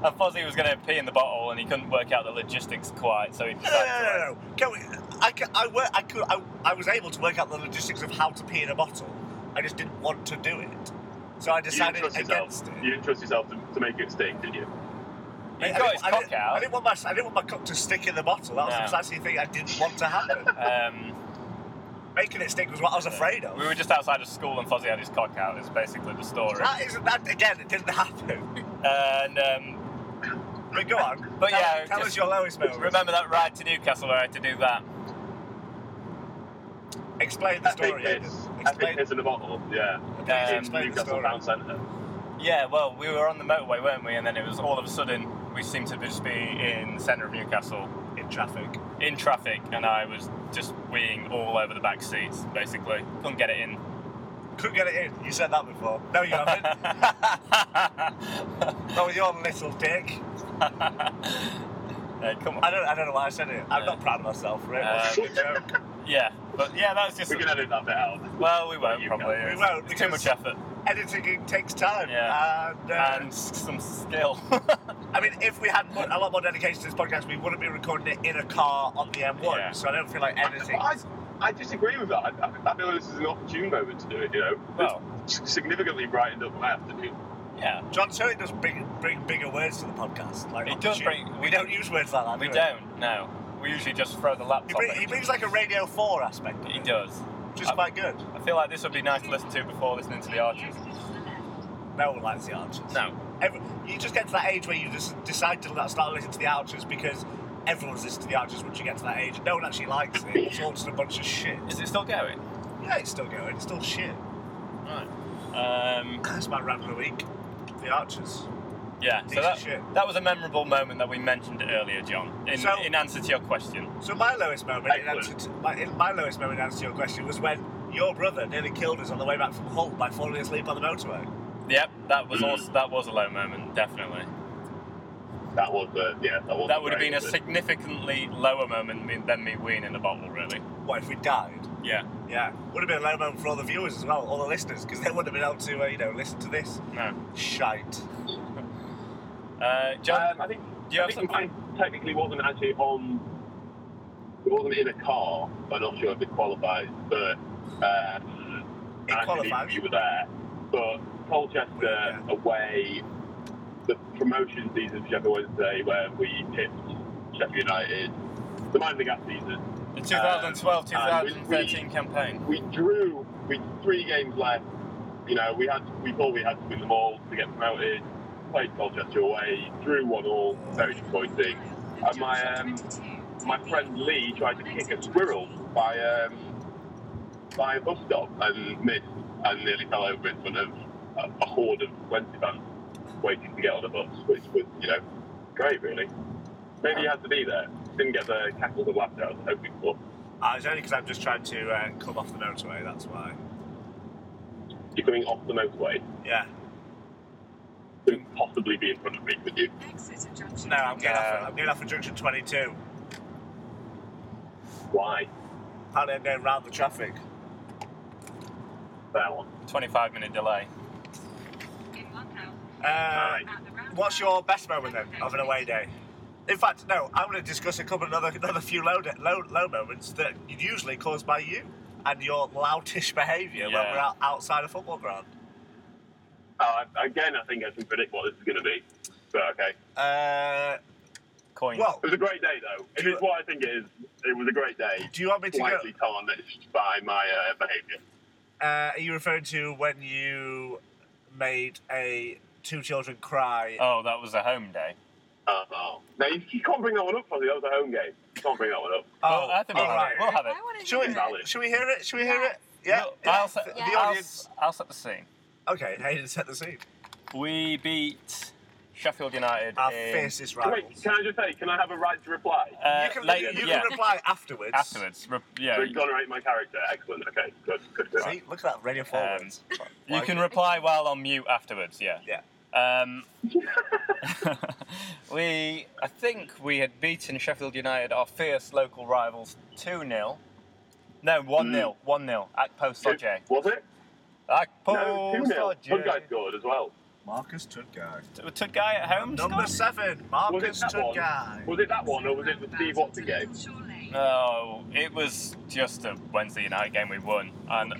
Speaker 2: and Fozzie was going to pee in the bottle, and he couldn't work out the logistics quite, so he
Speaker 1: No, no,
Speaker 2: decided
Speaker 1: no,
Speaker 2: to.
Speaker 1: no, no. Can we, I, ca- I, wor- I, could, I, I was able to work out the logistics of how to pee in a bottle. I just didn't want to do it. So I
Speaker 4: You
Speaker 1: decided
Speaker 4: didn't trust
Speaker 1: against
Speaker 4: yourself.
Speaker 1: it.
Speaker 4: You didn't trust yourself to, to make it stick, did you?
Speaker 2: He
Speaker 1: I
Speaker 2: got
Speaker 1: didn't-
Speaker 2: his
Speaker 1: I
Speaker 2: cock
Speaker 1: didn't- I
Speaker 2: out.
Speaker 1: didn't want my I didn't want my cock to stick in the bottle. That was
Speaker 2: No.
Speaker 1: precisely the thing I didn't want to happen.
Speaker 2: Um,
Speaker 1: Making it stick was what I was afraid of.
Speaker 2: we were just outside of school, and Fozzie had his cock out. Is basically the story.
Speaker 1: That isn't that again. It didn't happen.
Speaker 2: And um,
Speaker 1: But go on.
Speaker 2: But
Speaker 1: tell,
Speaker 2: yeah,
Speaker 1: tell
Speaker 2: just-
Speaker 1: us your lowest moment.
Speaker 2: remember that ride to Newcastle where I had to do that?
Speaker 1: explain the story.
Speaker 4: Epic
Speaker 1: Aidan.
Speaker 4: piss. Epic
Speaker 1: Explain,
Speaker 4: piss in a bottle. Yeah.
Speaker 1: please
Speaker 2: Um,
Speaker 1: explain the
Speaker 4: Newcastle
Speaker 1: story.
Speaker 4: Town Centre.
Speaker 2: Yeah, well, we were on the motorway, weren't we? And then it was all of a sudden we seemed to just be in the centre of Newcastle,
Speaker 1: in traffic.
Speaker 2: in traffic, and I was just weeing all over the back seats, basically. Couldn't get it in. Uh,
Speaker 1: Couldn't get it in. You said that before. No, you haven't. Not with your little dick.
Speaker 2: Uh, come on.
Speaker 1: I don't. I don't know why I said it. I'm
Speaker 2: Yeah. Uh,
Speaker 1: not proud of myself. Right? It was a good joke.
Speaker 2: Yeah, but yeah, that was just.
Speaker 4: We're gonna edit that bit out.
Speaker 2: Well, we won't
Speaker 4: You
Speaker 2: probably.
Speaker 1: We won't,
Speaker 2: It's too
Speaker 1: because-
Speaker 2: much effort.
Speaker 1: editing it takes time.
Speaker 2: Yeah.
Speaker 1: And, uh,
Speaker 2: and s- some skill.
Speaker 1: I mean, if we hadn't put a lot more dedication to this podcast, we wouldn't be recording it in a car on the M1.
Speaker 2: Yeah.
Speaker 1: So I don't feel like editing.
Speaker 4: I, I disagree with that. I, I- I feel this is an opportune moment to do it. You know,
Speaker 2: well,
Speaker 4: It's significantly brightened up my afternoon.
Speaker 2: yeah.
Speaker 1: John certainly does bring, bring bigger words to the podcast. Like
Speaker 2: He does
Speaker 1: opportune-
Speaker 2: bring-
Speaker 1: We don't use words like that.
Speaker 2: We
Speaker 1: do
Speaker 2: don't. No. We usually just throw the
Speaker 1: He,
Speaker 2: laptop.
Speaker 1: bring,
Speaker 2: at
Speaker 1: he
Speaker 2: each
Speaker 1: brings like a Radio 4 aspect,
Speaker 2: other.
Speaker 1: to
Speaker 2: He
Speaker 1: it,
Speaker 2: does.
Speaker 1: which is
Speaker 2: I-
Speaker 1: quite good.
Speaker 2: I feel like this would be nice to listen to before listening to the Archers.
Speaker 1: No one likes the Archers.
Speaker 2: No.
Speaker 1: Every, you just get to that age where you just decide to not- start listening to the Archers because everyone's listening to the Archers once you get to that age. No one actually likes it. It's all just a bunch of shit.
Speaker 2: Is it still going?
Speaker 1: Yeah, it's still going. It's still shit.
Speaker 2: Right. Um,
Speaker 1: That's my rant of the week. The Archers.
Speaker 2: yeah.
Speaker 1: Piece
Speaker 2: So
Speaker 1: of
Speaker 2: that,
Speaker 1: shit.
Speaker 2: that was a memorable moment that we mentioned earlier, John. In,
Speaker 1: So-
Speaker 2: in answer to your question.
Speaker 1: So my lowest moment in
Speaker 4: Excellent.
Speaker 1: answer to, my, in my lowest moment in answer to your question was when your brother nearly killed us on the way back from Hull by falling asleep on the motorway.
Speaker 2: Yep. That was
Speaker 4: Mm.
Speaker 2: also that was a low moment, definitely.
Speaker 4: That was, uh, yeah, that was.
Speaker 2: That would have been a
Speaker 4: sick.
Speaker 2: significantly lower moment me- than me weeing in the bottle, really.
Speaker 1: What if we died?
Speaker 2: Yeah.
Speaker 1: Yeah, would have been a low moment for all the viewers as well, all the listeners, because they wouldn't have been able to, uh, you know, listen to this
Speaker 2: No.
Speaker 1: shite.
Speaker 2: Uh, John,
Speaker 4: Um, I think,
Speaker 2: do you
Speaker 4: I
Speaker 2: have
Speaker 4: think
Speaker 2: something?
Speaker 4: mine technically wasn't actually on. It wasn't in a car. I'm not sure if it qualifies, but uh,
Speaker 1: It
Speaker 4: actually,
Speaker 1: qualifies.
Speaker 4: You were there, but Colchester
Speaker 1: Yeah.
Speaker 4: away, the promotion season for Sheffield Wednesday, where we pipped Sheffield United, the mind the gap season.
Speaker 2: The
Speaker 1: uh,
Speaker 2: 2012
Speaker 4: um, we-
Speaker 2: 2013 campaign.
Speaker 4: we drew with three games left. You know, we had we thought we had to win them all to get promoted. Played Colchester away, drew one all, very disappointing. And my um, my friend Lee tried to kick a squirrel by um, by a bus stop and missed, and nearly fell over in front of a, a horde of Wednesday fans waiting to get on a bus, which was you know great really. Maybe you had to be there. Didn't get the cackles and laughter I was hoping for.
Speaker 1: Uh, it's only because I'm just trying to uh, come off the motorway, that's why.
Speaker 4: You're coming off the motorway.
Speaker 1: Yeah.
Speaker 4: couldn't possibly be in front of me, could you?
Speaker 1: No, I'm getting, off,
Speaker 2: No.
Speaker 1: I'm getting off at junction 22.
Speaker 4: Why?
Speaker 1: Apparently I'm going round the traffic.
Speaker 4: That one.
Speaker 2: 25 minute delay.
Speaker 1: Uh,
Speaker 4: Right.
Speaker 1: what's your best moment then of an away day? In fact, no, I'm going to discuss a couple of another, another few low, de- low, low moments that usually caused by you and your loutish behaviour when
Speaker 2: Yeah.
Speaker 1: we're out, outside a football ground.
Speaker 4: Uh, again, I think I can predict what this is going to be. But okay.
Speaker 1: Uh,
Speaker 2: Coin.
Speaker 1: well,
Speaker 4: It was a great day, though. It
Speaker 1: Do you-
Speaker 4: is what I think it is. It was a great day.
Speaker 1: do you want me to go?
Speaker 4: Slightly tarnished by my uh, behaviour.
Speaker 1: Uh, are you referring to when you made a two children cry?
Speaker 2: oh, that was a home day.
Speaker 4: Uh, oh. Now, you, you can't bring that one up, Fuzzy. That was a home game. You can't bring that one up.
Speaker 2: Oh, I think we'll,
Speaker 1: all
Speaker 2: have it.
Speaker 1: right.
Speaker 2: we'll have it.
Speaker 3: I want
Speaker 1: Should
Speaker 3: to
Speaker 1: we,
Speaker 3: hear
Speaker 4: Valid.
Speaker 3: it.
Speaker 1: should we hear it? Should we hear it? Yeah.
Speaker 2: We'll-
Speaker 1: yeah.
Speaker 2: I'll, set,
Speaker 1: The
Speaker 2: I'll
Speaker 1: audience.
Speaker 2: s- I'll set the scene.
Speaker 1: Okay, Hayden set the scene.
Speaker 2: We beat Sheffield United
Speaker 1: Our
Speaker 2: in,
Speaker 1: fiercest
Speaker 4: Wait,
Speaker 1: rivals.
Speaker 4: can I just say, can I have a right to reply?
Speaker 2: uh,
Speaker 1: you can,
Speaker 2: late-
Speaker 1: you
Speaker 2: yeah,
Speaker 1: can reply afterwards.
Speaker 2: afterwards. Re- yeah,
Speaker 4: to exonerate my character. Excellent. Okay. Good. Good. good.
Speaker 1: See, look at that radio forwards.
Speaker 2: Um, you can reply while on mute afterwards. Yeah.
Speaker 1: Yeah.
Speaker 2: Um, we, I think we had beaten Sheffield United, our fierce local rivals, 2 0. No, 1 0.
Speaker 1: Mm.
Speaker 2: 1 0. Akpo Soje.
Speaker 4: Was it? no,
Speaker 2: Akpo
Speaker 4: 2 0. One guy
Speaker 2: Soje.
Speaker 4: scored as well.
Speaker 1: Marcus Tudguy.
Speaker 2: Took guy at home?
Speaker 1: Number
Speaker 2: scored?
Speaker 1: seven,
Speaker 4: Was
Speaker 1: Marcus
Speaker 4: it that one?
Speaker 1: Tudguy.
Speaker 4: Was it that one, or was it the Steve Watson game?
Speaker 2: No, Oh, it was just a Wednesday night game we won, and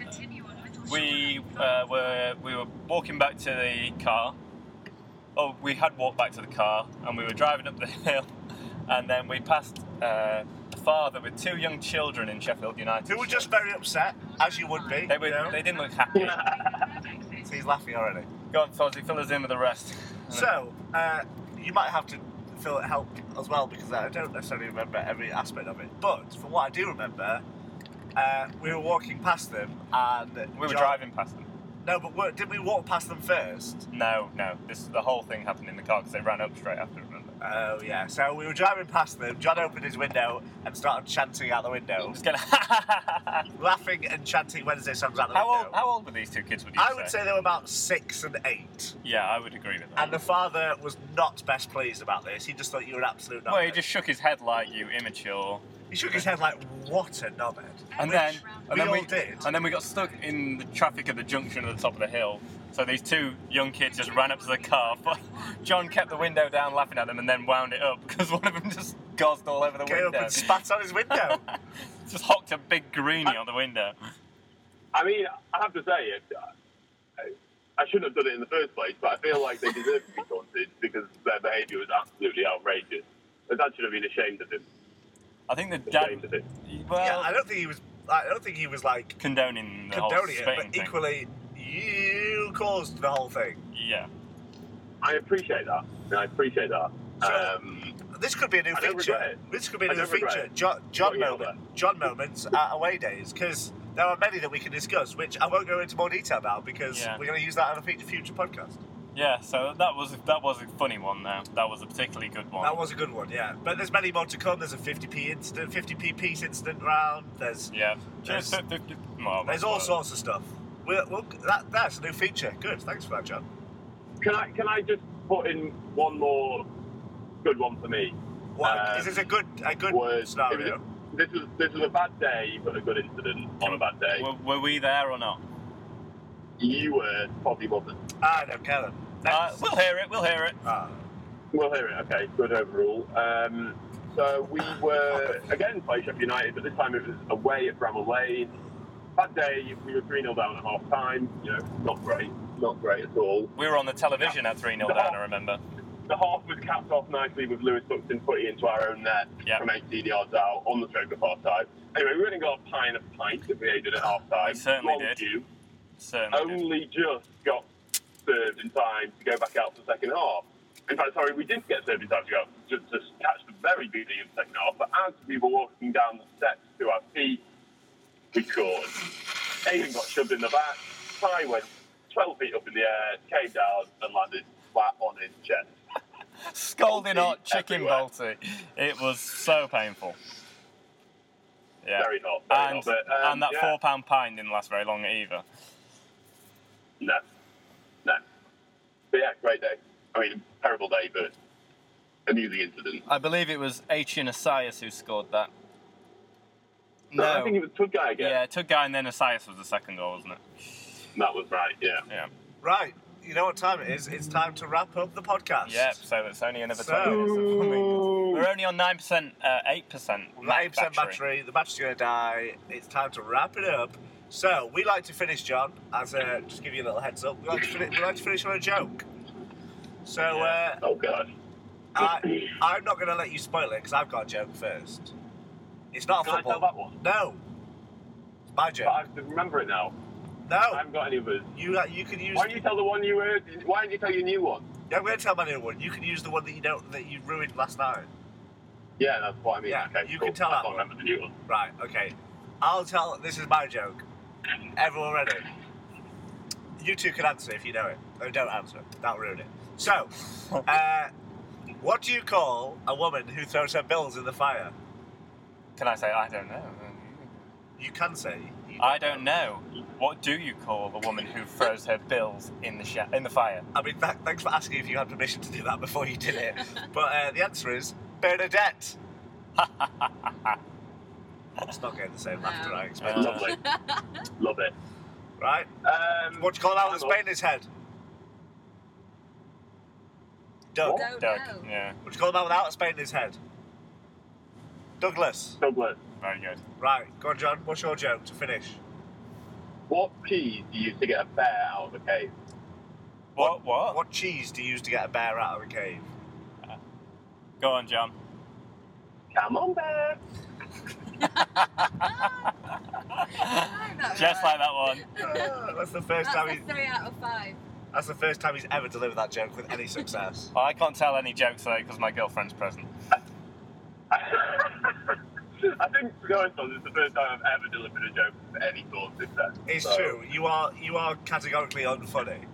Speaker 2: we uh, were we were walking back to the car. Oh, we had walked back to the car, and we were driving up the hill, and then we passed uh, a father with two young children in Sheffield United.
Speaker 1: Who were just very upset, as you would be.
Speaker 2: they were
Speaker 1: you know?
Speaker 2: they didn't look happy.
Speaker 1: He's laughing already.
Speaker 2: Go on, Fozzie, fill us in with the rest.
Speaker 1: So, uh, you might have to feel it help as well because I don't necessarily remember every aspect of it. But from what I do remember, uh, we were walking past them and
Speaker 2: we were
Speaker 1: John-
Speaker 2: driving past them.
Speaker 1: No, but were, did we walk past them first?
Speaker 2: No, no, this the whole thing happened in the car because they ran up straight after. Remember,
Speaker 1: Oh yeah. So we were driving past them. John opened his window and started chanting out the
Speaker 2: I'm
Speaker 1: window,
Speaker 2: just gonna.
Speaker 1: laughing and chanting Wednesday songs out the
Speaker 2: How old,
Speaker 1: window.
Speaker 2: how old were these two kids? Would you
Speaker 1: I would say they were about six and eight.
Speaker 2: Yeah, I would agree with that.
Speaker 1: And the father was not best pleased about this. He just thought you were an absolute knobhead.
Speaker 2: well, he just shook his head like you immature,
Speaker 1: He shook his head like, "What a knobhead!"
Speaker 2: and then
Speaker 1: we
Speaker 2: and then
Speaker 1: all
Speaker 2: we
Speaker 1: did.
Speaker 2: and then we got stuck in the traffic at the junction at the top of the hill. So these two young kids just ran up to the car, but John kept the window down, laughing at them, and then wound it up because one of them just gozzed all over the
Speaker 1: Came up
Speaker 2: window.
Speaker 1: and spat on his window.
Speaker 2: just hocked a big greenie on the window.
Speaker 4: I mean, I have to say it. I- I shouldn't have done it in the first place, but I feel like they deserve to be taunted because their behaviour was absolutely outrageous. But that should have been ashamed of him.
Speaker 2: I think the
Speaker 4: Ashamed
Speaker 2: dad.
Speaker 4: of him.
Speaker 2: Well,
Speaker 1: yeah, I don't think he was. I don't think he was like
Speaker 2: condoning the whole
Speaker 1: condoning it,
Speaker 2: spitting
Speaker 1: but
Speaker 2: thing.
Speaker 1: equally, you caused the whole thing.
Speaker 2: Yeah.
Speaker 4: I appreciate that. No, I appreciate that.
Speaker 1: Sure.
Speaker 4: Um,
Speaker 1: This could be a new
Speaker 4: I don't regret
Speaker 1: feature.
Speaker 4: it.
Speaker 1: This could be a
Speaker 4: I
Speaker 1: new
Speaker 4: don't regret
Speaker 1: feature.
Speaker 4: it.
Speaker 1: John, John,
Speaker 4: Not yet,
Speaker 1: moment, John moments at away days, because there are many that we can discuss, which I won't go into more detail now because
Speaker 2: Yeah.
Speaker 1: we're going to use that on a future, future podcast.
Speaker 2: Yeah, so that was that was a funny one though. That was a particularly good one.
Speaker 1: That was a good one, yeah. But there's many more to come. There's a 50p incident, 50p piece incident round. There's
Speaker 2: yeah.
Speaker 1: There's-
Speaker 2: Just- well,
Speaker 1: there's all
Speaker 2: well,
Speaker 1: sorts of stuff. We'll, we'll, that, that's a new feature. Good. Thanks for that, John.
Speaker 4: can I can I just put in one more good one for me?
Speaker 1: What,
Speaker 4: Um,
Speaker 1: is this a good a good
Speaker 4: was-
Speaker 1: scenario?
Speaker 4: This was this was a bad day, but a good incident on a bad day.
Speaker 2: Were, were we there or not?
Speaker 4: You were probably wasn't.
Speaker 1: I don't care. Then.
Speaker 2: Uh,
Speaker 1: Ah, Next.
Speaker 2: we'll hear it. We'll hear it.
Speaker 1: Ah,
Speaker 4: We'll hear it. Okay, good overall. Um, so we were again by Sheffield United, but this time it was away at Bramall Lane. That day we were three 0 down at half time. You know, not great, not great at all.
Speaker 2: We were on the television at 3 0 down, I remember.
Speaker 4: The half was capped off nicely with Lewis Buxton putting into our own net
Speaker 2: Yeah.
Speaker 4: from 18 yards out on the stroke of half time. Anyway, we only got a pint of pint that we did at half time.
Speaker 2: We certainly
Speaker 4: Long
Speaker 2: did.
Speaker 4: queue.
Speaker 2: Certainly. did.
Speaker 4: only just got served in time to go back out for the second half. In fact, sorry, we didn't get served in time to go out to, to catch the very beginning of the second half. But as we were walking down the steps to our feet, we scored. Aiden got shoved in the back. Ty went 12 feet up in the air, came down, and landed flat on his chest.
Speaker 2: Scalding hot chicken
Speaker 4: everywhere.
Speaker 2: balti. It was so painful. Yeah.
Speaker 4: Very hot. Very
Speaker 2: and,
Speaker 4: hot. But, um,
Speaker 2: and that
Speaker 4: yeah,
Speaker 2: four pound pint didn't last very long either.
Speaker 4: No. No. But yeah, great day. I mean, terrible day, but amusing incident.
Speaker 2: I believe it was Achin Asias who scored that. No.
Speaker 4: I think it was Tug Guy again.
Speaker 2: yeah, it took guy and then Asias was the second goal, wasn't it?
Speaker 4: That was right, yeah.
Speaker 2: Yeah.
Speaker 1: right. You know what time it is? It's time to wrap up the podcast.
Speaker 2: Yeah, so it's only another
Speaker 1: So-
Speaker 2: 20 minutes. of filming. We're only on 9%, uh, 8%
Speaker 1: 9% battery. The battery's going to die. It's time to wrap it up. So we like to finish, John. As a, just give you a little heads up, we like to, fini- we like to finish on a joke. So uh,
Speaker 4: Oh god.
Speaker 1: I, I'm not going to let you spoil it because I've got a joke first. It's not a
Speaker 4: Can I
Speaker 1: football.
Speaker 4: tell that one?
Speaker 1: No, it's my
Speaker 4: But I
Speaker 1: joke.
Speaker 4: have to remember it now. I
Speaker 1: No,
Speaker 4: haven't got any of us.
Speaker 1: you uh, you can use.
Speaker 4: Why don't you tell the one you were? Why don't you tell your new one?
Speaker 1: I'm going to tell my new one. You can use the one that you don't that you ruined last night.
Speaker 4: Yeah, that's what I mean.
Speaker 1: Yeah,
Speaker 4: okay,
Speaker 1: you
Speaker 4: cool.
Speaker 1: can tell
Speaker 4: I
Speaker 1: that
Speaker 4: can't
Speaker 1: one.
Speaker 4: remember the new one.
Speaker 1: Right, okay. I'll tell. This is my joke. Everyone ready? You two can answer if you know it. Or don't answer. That'll ruin it. So, uh, what do you call a woman who throws her bills in the fire?
Speaker 2: Can I say, I don't know?
Speaker 1: You can say. you
Speaker 2: I don't know. What do you call a woman who throws her bills in the sh- in the fire?
Speaker 1: I mean, th- thanks for asking if you had permission to do that before you did it. but uh, the answer is Bernadette. it's not getting the same laughter I expected.
Speaker 2: Uh,
Speaker 4: Lovely. Love it.
Speaker 1: right?
Speaker 4: Um,
Speaker 1: What do you call Alan's
Speaker 4: hang on.
Speaker 1: Bailey's head? Doug.
Speaker 3: Don't
Speaker 4: What?
Speaker 2: Doug.
Speaker 3: know.
Speaker 2: Yeah,
Speaker 1: What do you call the man without a spade in his head? Douglas.
Speaker 4: Douglas.
Speaker 2: very good.
Speaker 1: Right, go on, John. What's your joke to finish?
Speaker 4: What cheese do you use to get a bear out of a cave?
Speaker 2: What? What?
Speaker 1: What cheese do you use to get a bear out of a cave?
Speaker 2: Go on, John.
Speaker 4: Come on, bear.
Speaker 3: No, not
Speaker 2: Just like
Speaker 3: really.
Speaker 2: that one.
Speaker 1: Ah, that's the first
Speaker 3: That's
Speaker 1: time
Speaker 3: a
Speaker 1: he's,
Speaker 3: three out of five.
Speaker 1: that's the first time he's ever delivered that joke with any success.
Speaker 2: I can't tell any jokes though because my girlfriend's present.
Speaker 4: I think, to be honest, this is the first time I've ever delivered a joke of any sort of success.
Speaker 1: It's
Speaker 4: So,
Speaker 1: true. You are you are categorically unfunny.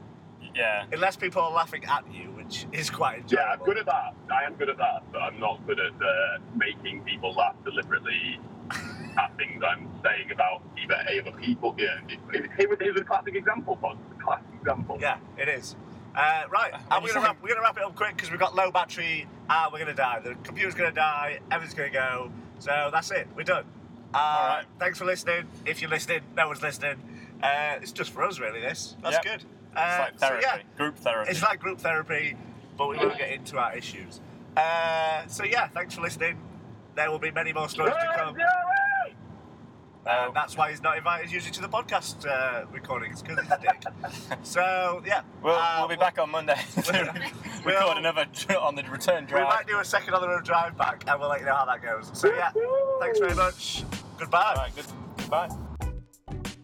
Speaker 2: Yeah.
Speaker 1: Unless people are laughing at you, which is quite enjoyable.
Speaker 4: Yeah, I'm good at that. I am good at that, but I'm not good at uh, making people laugh deliberately at things I'm saying about either A other people. Yeah, it, it, it was, it was a classic example, Pod. A Classic example.
Speaker 1: Yeah, it is. Uh, right, and
Speaker 2: you
Speaker 1: we're gonna
Speaker 2: say-
Speaker 1: wrap, we're gonna wrap it up quick because we've got low battery. Ah, we're gonna die. The computer's gonna die. Everything's gonna go. So that's it. We're done. Uh,
Speaker 2: All right.
Speaker 1: Thanks for listening. If you're listening, no one's listening. Uh, it's just for us, really. This that's
Speaker 2: Yep.
Speaker 1: good.
Speaker 2: It's like
Speaker 1: so,
Speaker 2: therapy,
Speaker 1: yeah,
Speaker 2: group therapy.
Speaker 1: it's like group therapy, but we won't get into our issues. Uh, so yeah, thanks for listening. There will be many more stories to come.
Speaker 2: Oh.
Speaker 1: Uh, that's why he's not invited usually to the podcast uh, recordings because he's a dick. so yeah,
Speaker 2: we'll,
Speaker 1: uh,
Speaker 2: we'll be back on Monday to
Speaker 1: we'll-
Speaker 2: record another dr- on the return
Speaker 1: We
Speaker 2: drive.
Speaker 1: might do a second on the road drive back, and we'll let you know how that goes. So yeah, thanks very much. Goodbye.
Speaker 2: Right, good. Bye.